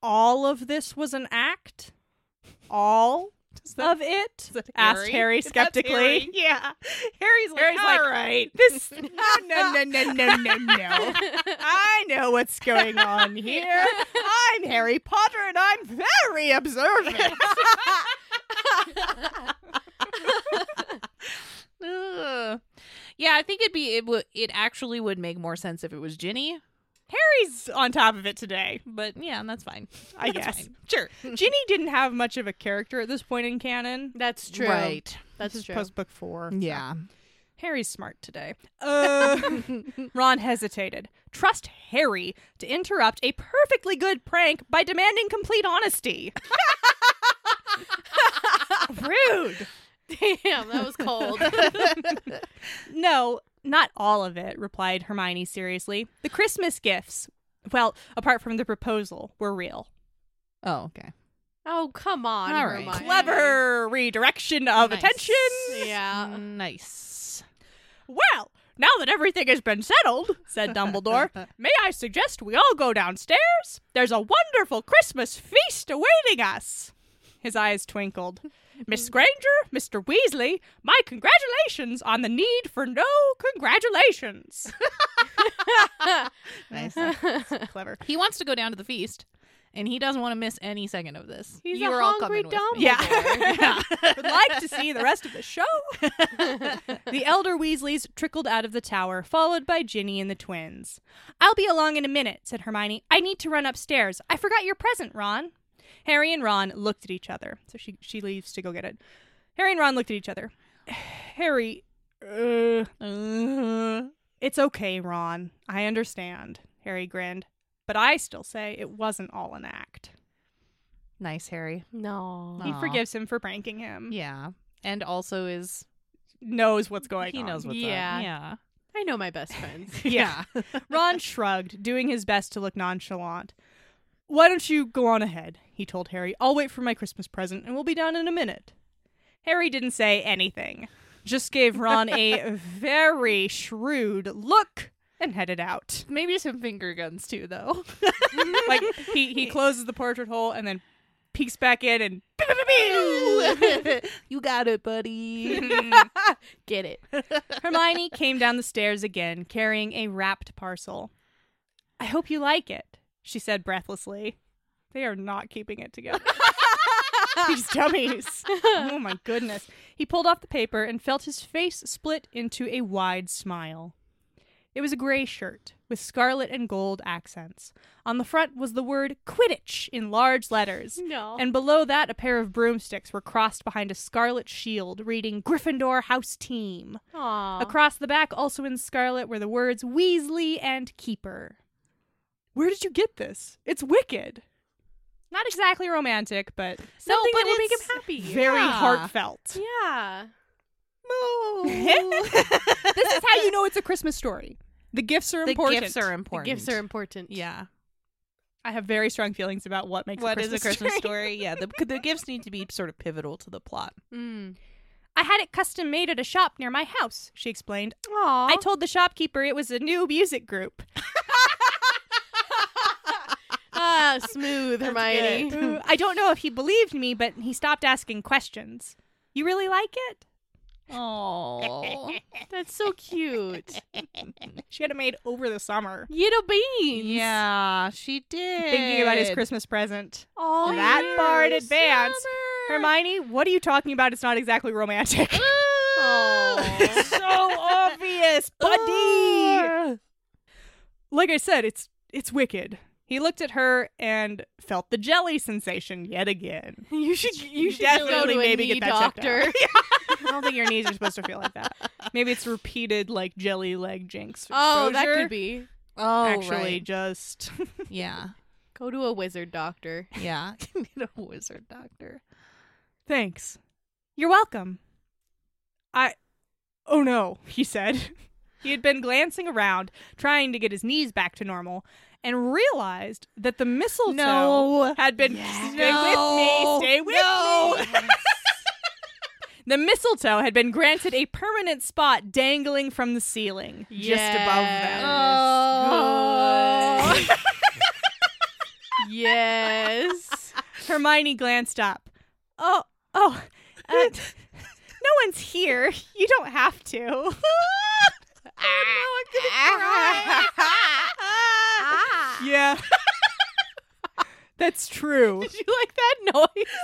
all of this was an act? All of it? asked Harry skeptically.
Yeah. Harry's like,
Harry's like,
all right.
[LAUGHS] This. No, no, no, no, no, no, no. I know what's going on here. I'm Harry Potter and I'm very observant.
Ugh. Yeah, I think it'd be it would it actually would make more sense if it was Ginny.
[LAUGHS] Harry's on top of it today.
But yeah, and that's fine.
I
That's
guess.
fine.
[LAUGHS]
Sure.
Ginny didn't have much of a character at this point in canon.
That's true.
Right.
this
That's
is
true.
post book four. so.
Yeah.
Harry's smart today. Uh, [LAUGHS] Ron hesitated. Trust Harry to interrupt a perfectly good prank by demanding complete [LAUGHS] honesty. Rude.
[LAUGHS] Damn, that was cold.
[LAUGHS]
No, not all of it, replied Hermione seriously. The Christmas gifts, well, apart from the proposal, were real.
Oh, okay.
oh, come on.
All right.
Hermione.
Clever redirection of
Nice.
attention.
Yeah.
Nice.
Well, now that everything has been settled, said Dumbledore, may I suggest we all go downstairs? There's a wonderful Christmas feast awaiting us. His eyes twinkled. Miss Granger, Mr. Weasley, my congratulations on the need for no congratulations.
Nice.
Clever.
[LAUGHS] he wants to go down to the feast and he doesn't want to miss any second of this.
He's
you
a
are
hungry
all coming with me.
Yeah. [LAUGHS] Would like to see the rest of the show. [LAUGHS] the elder Weasleys trickled out of the tower, followed by Ginny and the twins. I'll be along in a minute, said Hermione. I need to run upstairs. I forgot your present, Ron. Harry and Ron looked at each other. So she she leaves to go get it. Harry and Ron looked at each other. [SIGHS] Harry, uh, uh, it's okay, Ron. I understand. Harry grinned. But I still say it wasn't all an act.
Nice, Harry.
No.
He
Aw.
forgives him for pranking him.
Yeah. And also is
Knows what's going
he
on.
knows what's
Yeah.
up. [LAUGHS] Yeah.
I know my best friends.
[LAUGHS]
[LAUGHS] Yeah. Ron shrugged, doing his best to look nonchalant. Why don't you go on ahead? He told Harry. I'll wait for my Christmas present and we'll be down in a minute. Harry didn't say anything, just gave Ron
[LAUGHS]
a very shrewd look and headed out.
Maybe some finger guns too though.
[LAUGHS] Like
[LAUGHS]
he, he closes the portrait hole and then peeks back in and
you got it, buddy.
[LAUGHS] Get
[LAUGHS]
it.
Hermione came down the stairs again, carrying a wrapped parcel. I hope you like it, she said breathlessly. They are not keeping it together. These dummies. Oh my goodness. He pulled off the paper and felt his face split into a wide smile. It was a gray shirt with scarlet and gold accents. On the front was the word Quidditch in large letters.
No.
And below that, a pair of broomsticks were crossed behind a scarlet shield reading Gryffindor House Team.
Aw.
Across the back, also in scarlet, were the words Weasley and Keeper. Where did you get this? It's wicked. Not exactly romantic, but something
but
that would make
it's-
him happy. Very
Yeah.
heartfelt.
yeah.
this is how you know it's a Christmas story. The gifts are
the
important.
gifts are
The
important.
gifts are important.
Yeah.
I have very strong feelings about what makes
What
a
is
Christmas
a Christmas
story.
story? Yeah, the the gifts need to be sort of pivotal to the plot.
Mm.
I had it custom made at a shop near my house, she explained.
Aw.
I told the shopkeeper it was a new music group.
ah, smooth, Hermione.
Ooh, I don't know if he believed me, but he stopped asking questions. You really like it?
[LAUGHS] Oh,
[LAUGHS] That's so cute.
Mm-hmm. She had it made over the summer.
Yidda beans.
yeah, she did.
Thinking about his Christmas present.
All
That
year.
far in advance. Hermione, what are you talking about? It's not
[LAUGHS]
exactly romantic. [LAUGHS]
[LAUGHS]
Aw.
so obvious,
Oh.
buddy. like I said, it's it's wicked. He looked at her and felt the jelly sensation yet again.
[LAUGHS] you
[LAUGHS]
should you should go
Definitely
to a
maybe
knee
get that checked [LAUGHS]
doctor.
I don't think your knees are supposed to feel like that. Maybe it's repeated like jelly leg jinx.
oh, that
exposure.
could be.
Oh,
actually
right.
just
yeah,
Go to a wizard doctor.
[LAUGHS]
yeah. you need a wizard [LAUGHS] doctor.
Thanks. You're welcome. I. Oh no, [LAUGHS] he said. He had been glancing around, trying to get his knees back to normal, and realized that the mistletoe had been. Stay
No.
with me. Stay with
No. [LAUGHS]
me. The mistletoe had been granted a permanent spot dangling from the ceiling, just above them. Uh,
Yes. Good.
[LAUGHS]
yes.
Hermione glanced up. Oh, oh,
[LAUGHS]
uh, no one's here. You don't have to. [LAUGHS] yeah. [LAUGHS] That's true.
[LAUGHS] Did you like that noise?
[LAUGHS]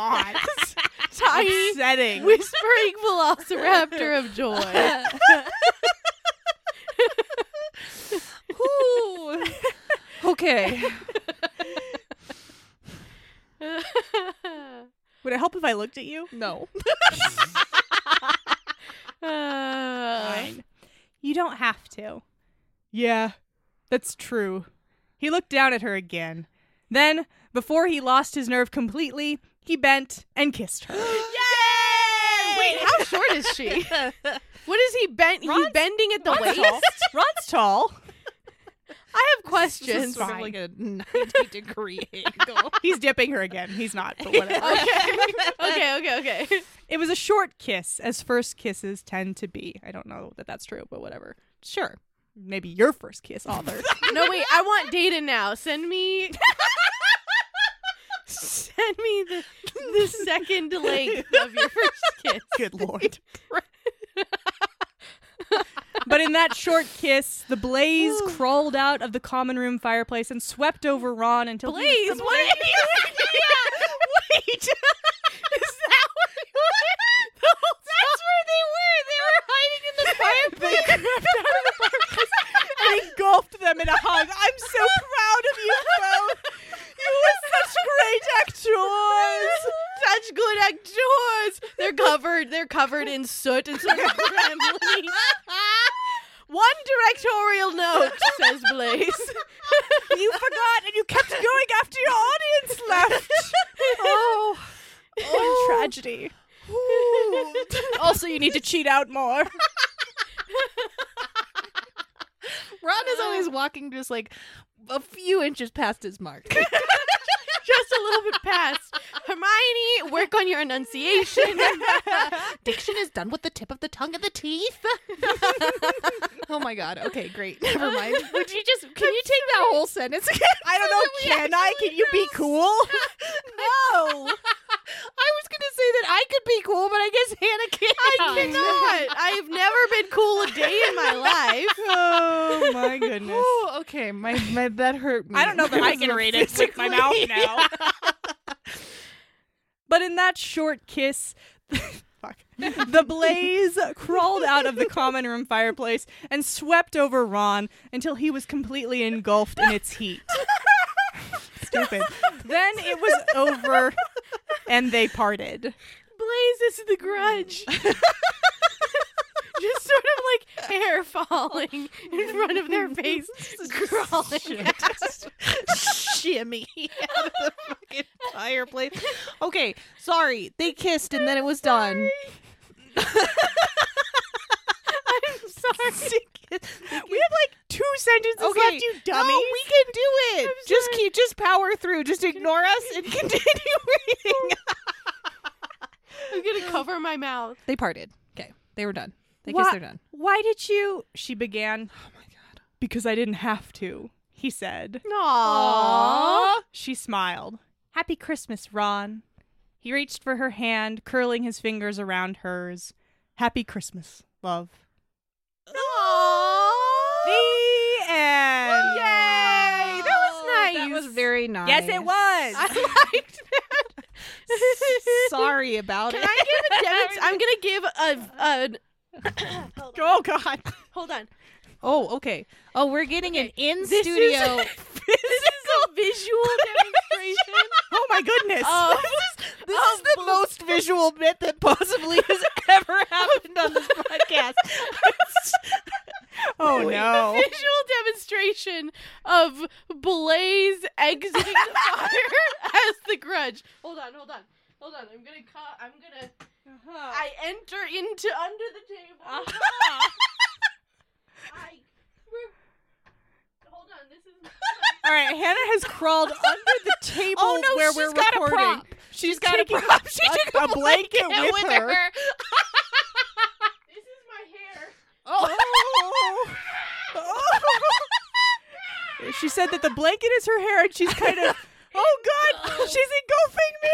[LAUGHS] tiny [LAUGHS]
Setting.
whispering velociraptor of
[LAUGHS]
joy.
Okay.
[LAUGHS] Would it help if I looked at you?
No.
Uh,
You don't have to. Yeah, that's true. He looked down at her again. Then, before he lost his nerve completely, he bent and kissed
[GASPS]
her.
wait, how short is she? What is he bent? He's
Ron's-
bending at the waist.
Ron's tall. Ron's tall.
I have
This is
questions.
sort of like a
[LAUGHS]
90 degree angle.
He's dipping her again. He's not, but whatever.
[LAUGHS] [LAUGHS] okay, okay, okay, okay.
It was a short kiss, as first kisses tend to be. I don't know that that's true, but whatever. Sure. Maybe your first kiss, author.
No, wait. I want data now. Send
[LAUGHS]
me. [LAUGHS] Send me the the second length of your
[LAUGHS]
first kiss.
Good lord. [LAUGHS] but in that short kiss, the [SIGHS] blaze crawled out of the common room fireplace and swept over Ron until he was
Blaze,
completely-
what?
[LAUGHS]
Wait, is that what? That's where they were. They were hiding in the
[LAUGHS] They crept out of the fireplace and engulfed them in a hug. I'm so proud of you both. You were such great [LAUGHS] actors.
Such good actors. They're covered. They're covered in soot and sort of trembling. One directorial note says Blaze.
You forgot and you kept going after your audience left. [LAUGHS] Oh, tragedy. also, you need to cheat out [LAUGHS] more.
Ron is
[LAUGHS]
always walking just like a few inches past his mark.
[LAUGHS]
Just a little bit past. Hermione, work on your enunciation.
Diction is done with the tip of the tongue and the
[LAUGHS]
teeth. oh my god. Okay, great. Never
[LAUGHS]
mind. Would you
[LAUGHS]
just can you take that whole sentence again?
I
[LAUGHS]
don't know. Can I? Can you be cool? [LAUGHS] no.
I was gonna say that I could be cool, but I guess Hannah can't.
I cannot. I have never been cool a day in my life.
[LAUGHS] Oh my goodness.
Oh, okay. My, my that hurt me.
I don't know that I can read it with my mouth now. [LAUGHS] but in that short kiss, [LAUGHS] fuck, the blaze crawled out of the common room fireplace and swept over Ron until he was completely engulfed in its heat. [LAUGHS] Stupid. Then it was over and they parted.
Blaze is the grudge. Just sort of like hair falling in front of their face, [LAUGHS] crawling.
shimmy out of the fucking fireplace. Okay, sorry. They
[LAUGHS]
kissed [LAUGHS] and then it was done.
I'm sorry.
We have like two sentences
Okay,
left, you
no,
dummy.
we can do it. Just keep, just power through. Just ignore us
[LAUGHS]
and continue reading.
I'm gonna cover my mouth.
[LAUGHS] They parted. Okay, they were done. They
Why-
kissed. They're done.
Why did you? She began. Oh my god. Because I didn't have to, he said.
Aww.
She smiled. Happy Christmas, Ron. He reached for her hand, curling his fingers around hers. Happy Christmas, love. The end.
Yay! That was nice.
Oh, That was very nice.
Yes, it was.
[LAUGHS] I liked that.
[LAUGHS]
Sorry about
Can [LAUGHS]
it.
I give a demonstration? I'm gonna give a, an-
oh God.
hold on.
Oh,
[LAUGHS]
okay. Oh, we're getting an in
This is-
studio.
[LAUGHS] This is a [LAUGHS] visual [LAUGHS] demonstration.
Oh my goodness.
of-
This is the most visual bit that possibly has ever happened on this podcast.
oh no.
[LAUGHS] visual demonstration of Blaze exiting [LAUGHS] the fire as the grudge. Hold on, hold on. Hold on. I'm gonna call I'm gonna
Uh-huh.
I enter into under the table. Uh-huh. [LAUGHS] I we're, hold on, this is [LAUGHS] hold
All right, Hannah
[LAUGHS]
has crawled under the table
Oh, no,
where
she's
we're
got a
recording.
prop.
She's
got a
taking
prop. [LAUGHS] She took
a, blanket,
Yeah,
with, her.
on, this is my hair.
Oh. [LAUGHS] she said that the blanket is her hair, and she's
[LAUGHS]
kind of, oh God, she's engulfing
[LAUGHS]
me.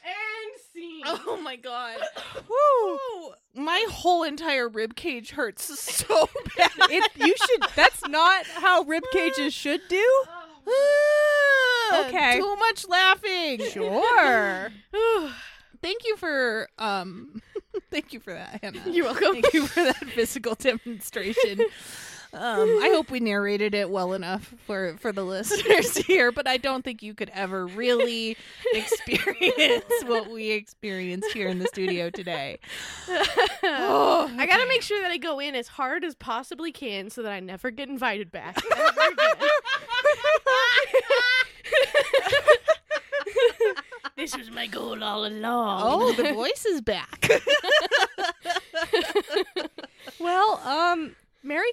[LAUGHS]
and scene.
Oh my god.
Woo.
My whole entire rib cage hurts so bad.
It, you should. That's not how rib cages should do. Okay.
Ah, Too much laughing. [LAUGHS] [SIGHS] Sure. thank you for um [LAUGHS] thank [LAUGHS] you for that, Hannah.
You're welcome. [LAUGHS]
Thank you for that physical demonstration. Um, I hope we narrated it well enough for for the listeners [LAUGHS] here, but I don't think you could ever [LAUGHS] really experience what we experienced here in the studio today. Oh,
I gotta make sure that I go in as hard as possibly can so that I never get invited
[LAUGHS]
back. ever again. [LAUGHS] this was my goal all along.
oh, [LAUGHS] the voice is back.
Well, um,
Merry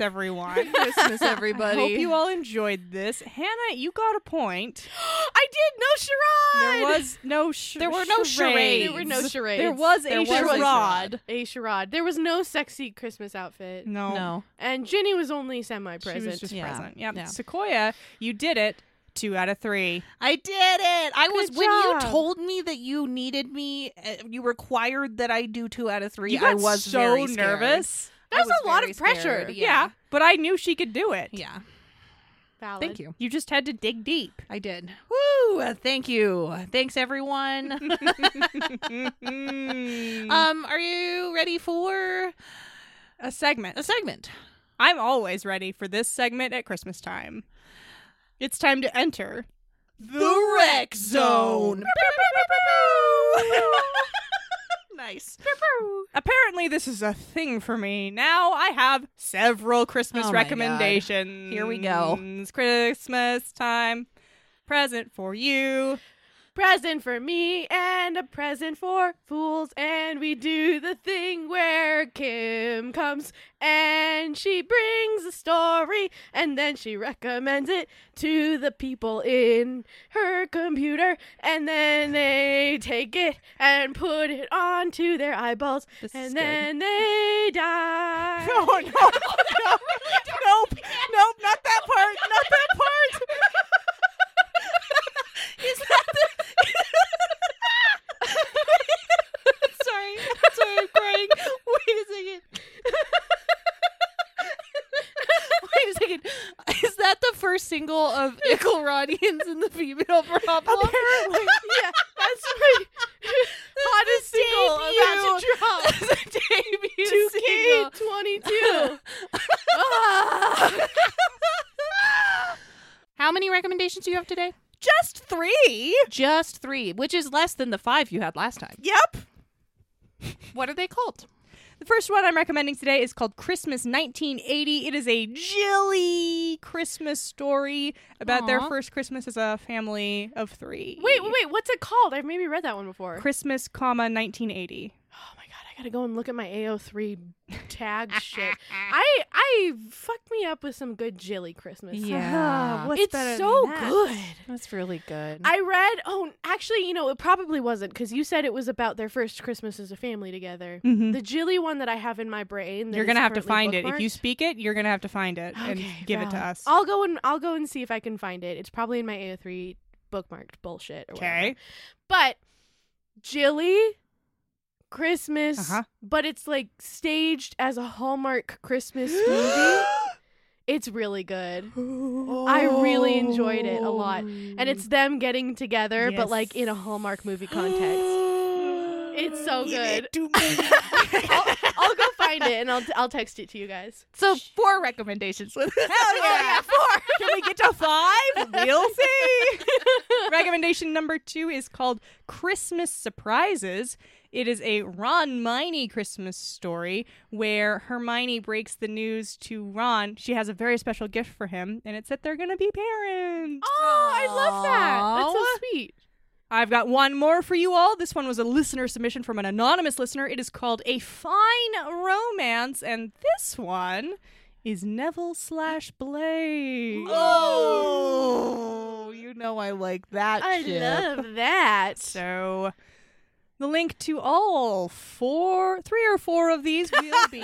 [LAUGHS]
everyone. Christmas,
I
everybody.
hope you all enjoyed this. Hannah, you got a point.
I did no charade.
There was no sh-
There were no charades.
There were no charades.
There was a
There was a
charade.
charade. a charade. There was no sexy Christmas outfit,
No.
no.
and Ginny was only semi-present.
She was just
Yeah.
present. Yep.
Yeah.
Sequoia, you did it. Two out of three.
I did it. I was
Good
when you
job.
told me that you needed me, uh, you required that I do two out of three.
You got
I was
so
very scared.
nervous.
I
That was a lot
very
of pressure.
scared.
Yeah.
But I knew she could do it.
yeah.
Valid.
Thank you.
You just had to dig deep.
I did. Woo! Uh, Thank you. Thanks, everyone. [LAUGHS]
Mm.
um, are you ready for
a segment.
a segment?
I'm always ready for this segment at Christmas time. It's time to enter
The Rec Zone.
[LAUGHS]
nice.
Apparently, this is a thing for me. Now I have several Christmas
Oh my God.
recommendations.
Here we go.
Christmas time. Present for you.
Present for me and a present for fools, and we do the thing where Kim comes and she brings a story and then she recommends it to the people in her computer, and then they take it and put it onto their eyeballs,
This is Oh,
and
good.
then they
[LAUGHS]
die.
No, no, no, nope, nope, not that part, not that part.
Is that the? [LAUGHS] sorry, sorry, I'm crying. Wait a second. Wait a second. Is that the first single of Nickelodeon's and the Female Problem? Apparently, [LAUGHS]
yeah, that's my hottest single about to
[LAUGHS]
drop.
That's the debut single. [LAUGHS]
2K22.
How many recommendations do you have today?
Just three.
Just three, which is less than the five you had last time.
Yep.
What are they [LAUGHS] called?
The first one I'm recommending today is called Christmas 1980. It is a Jilly Christmas story about their
Aw.
first Christmas as a family of three.
Wait, wait, wait, what's it called? I've maybe read that one before.
Christmas, comma 1980.
Oh my god, I gotta go and look at my AO3
[LAUGHS]
tag shit. I I fucked me up with some good Jilly Christmas.
Yeah. What's
it's
better
so
than that?
good.
That's really good.
I read. Oh, actually, you know, it probably wasn't because you said it was about their first Christmas as a family together.
Mhm.
The Jilly one that I have in my brain. that
You're
is
gonna have to
currently
find it. If you
bookmarked.
speak it, you're gonna have to find it
Okay,
and give it to
valid.
us.
I'll go and I'll go and see if I can find it. It's probably in my AO3 bookmarked bullshit. Or whatever.
okay.
but Jilly Christmas,
Uh-huh.
but it's like staged as a Hallmark [GASPS] Christmas movie. It's really good. I really enjoyed it a lot. And it's them getting together, but like in a Hallmark [GASPS] movie context. It's
[GASPS]
so good. I'll, I'll go find it and I'll, t- I'll text it to you guys.
so four recommendations. Hell
yeah.
four.
[LAUGHS] Can we get to five? We'll see. Recommendation number two is called Christmas Surprises. It is a Ron Miney Christmas story where Hermione breaks the news to Ron. She has a very special gift for him, and it's that they're going to be parents.
Oh, I love that. That's so
Aw.
sweet.
I've got one more for you all. This one was a listener submission from an anonymous listener. It is called A Fine Romance, and this one is Neville slash Blade.
Oh, you know I like that
I
shit.
love [LAUGHS] that.
So the link to all four, three or four of these will
[LAUGHS]
be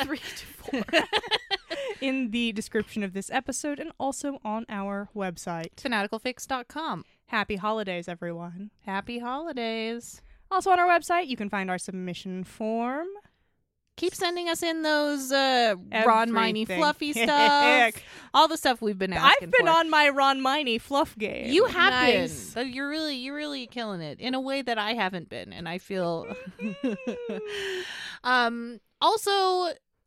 Three to four.
in the description of this episode and also on our website.
Fanaticalfix.com.
Happy holidays, everyone.
Happy holidays.
Also on our website, you can find our submission form.
Keep sending us in those uh, Ron
Everything.
Miney [LAUGHS] fluffy stuff.
[LAUGHS] Heck.
All the stuff we've been asking
I've been
for.
on my Ron Miney fluff game.
You have been.
Nice.
So you're really you're really killing it in a way that I haven't been and I feel [LAUGHS] um also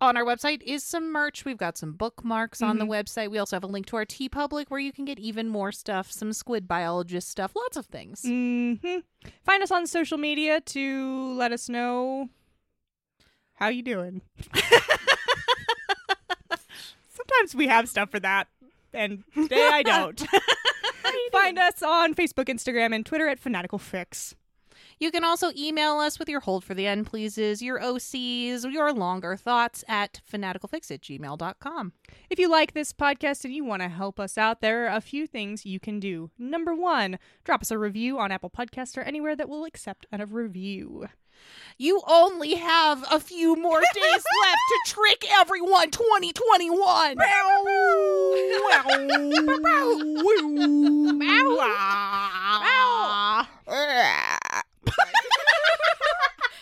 on our website is some merch. We've got some bookmarks on the website. We also have a link to our T Public where you can get even more stuff, some squid biologist stuff, lots of things.
Mhm. Find us on social media to let us know how you doing. [LAUGHS] Sometimes we have stuff for that, and today I [LAUGHS] don't. Find us on Facebook, Instagram, and Twitter at Fanatical Fix.
You can also email us with your hold for the end pleases, your OCs, your longer thoughts at fanaticalfix at gmail.com.
If you like this podcast and you want to help us out, there are a few things you can do. Number one, drop us a review on Apple Podcasts or anywhere that will accept a review.
You only have a few more [LAUGHS] days left to trick everyone 2021.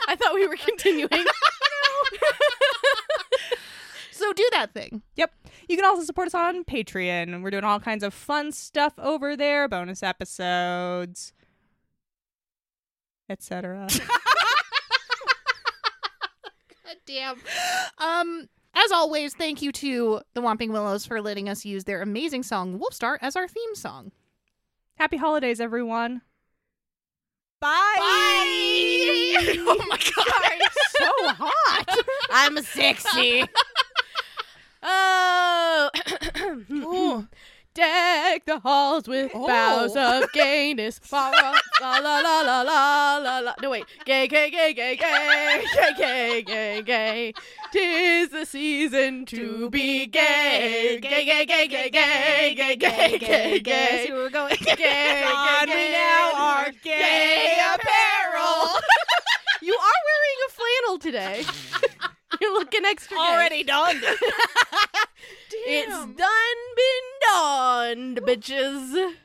I thought we were continuing.
so do that thing.
Yep. You can also support us on Patreon. We're doing all kinds of fun stuff over there, bonus episodes, etc.
God damn. Um, as always, thank you to the Whomping Willows for letting us use their amazing song Wolfstar as our theme song.
Happy holidays, everyone.
Bye. Oh my god, so hot.
I'm sexy. oh. [CLEARS THROAT] Deck the halls with
Oh.
bows of
[LAUGHS]
gayness. Fa- ra- La la la la la la la. No wait, gay gay gay gay gay gay gay gay gay. Tis the season to be gay. Gay gay gay gay gay gay gay gay gay.
we're going.
Gay,
[LAUGHS] On
gay,
we
gay.
now are gay
apparel. you are wearing a flannel today. [LAUGHS] You're looking extra. gay.
done.
it's done, been done, bitches.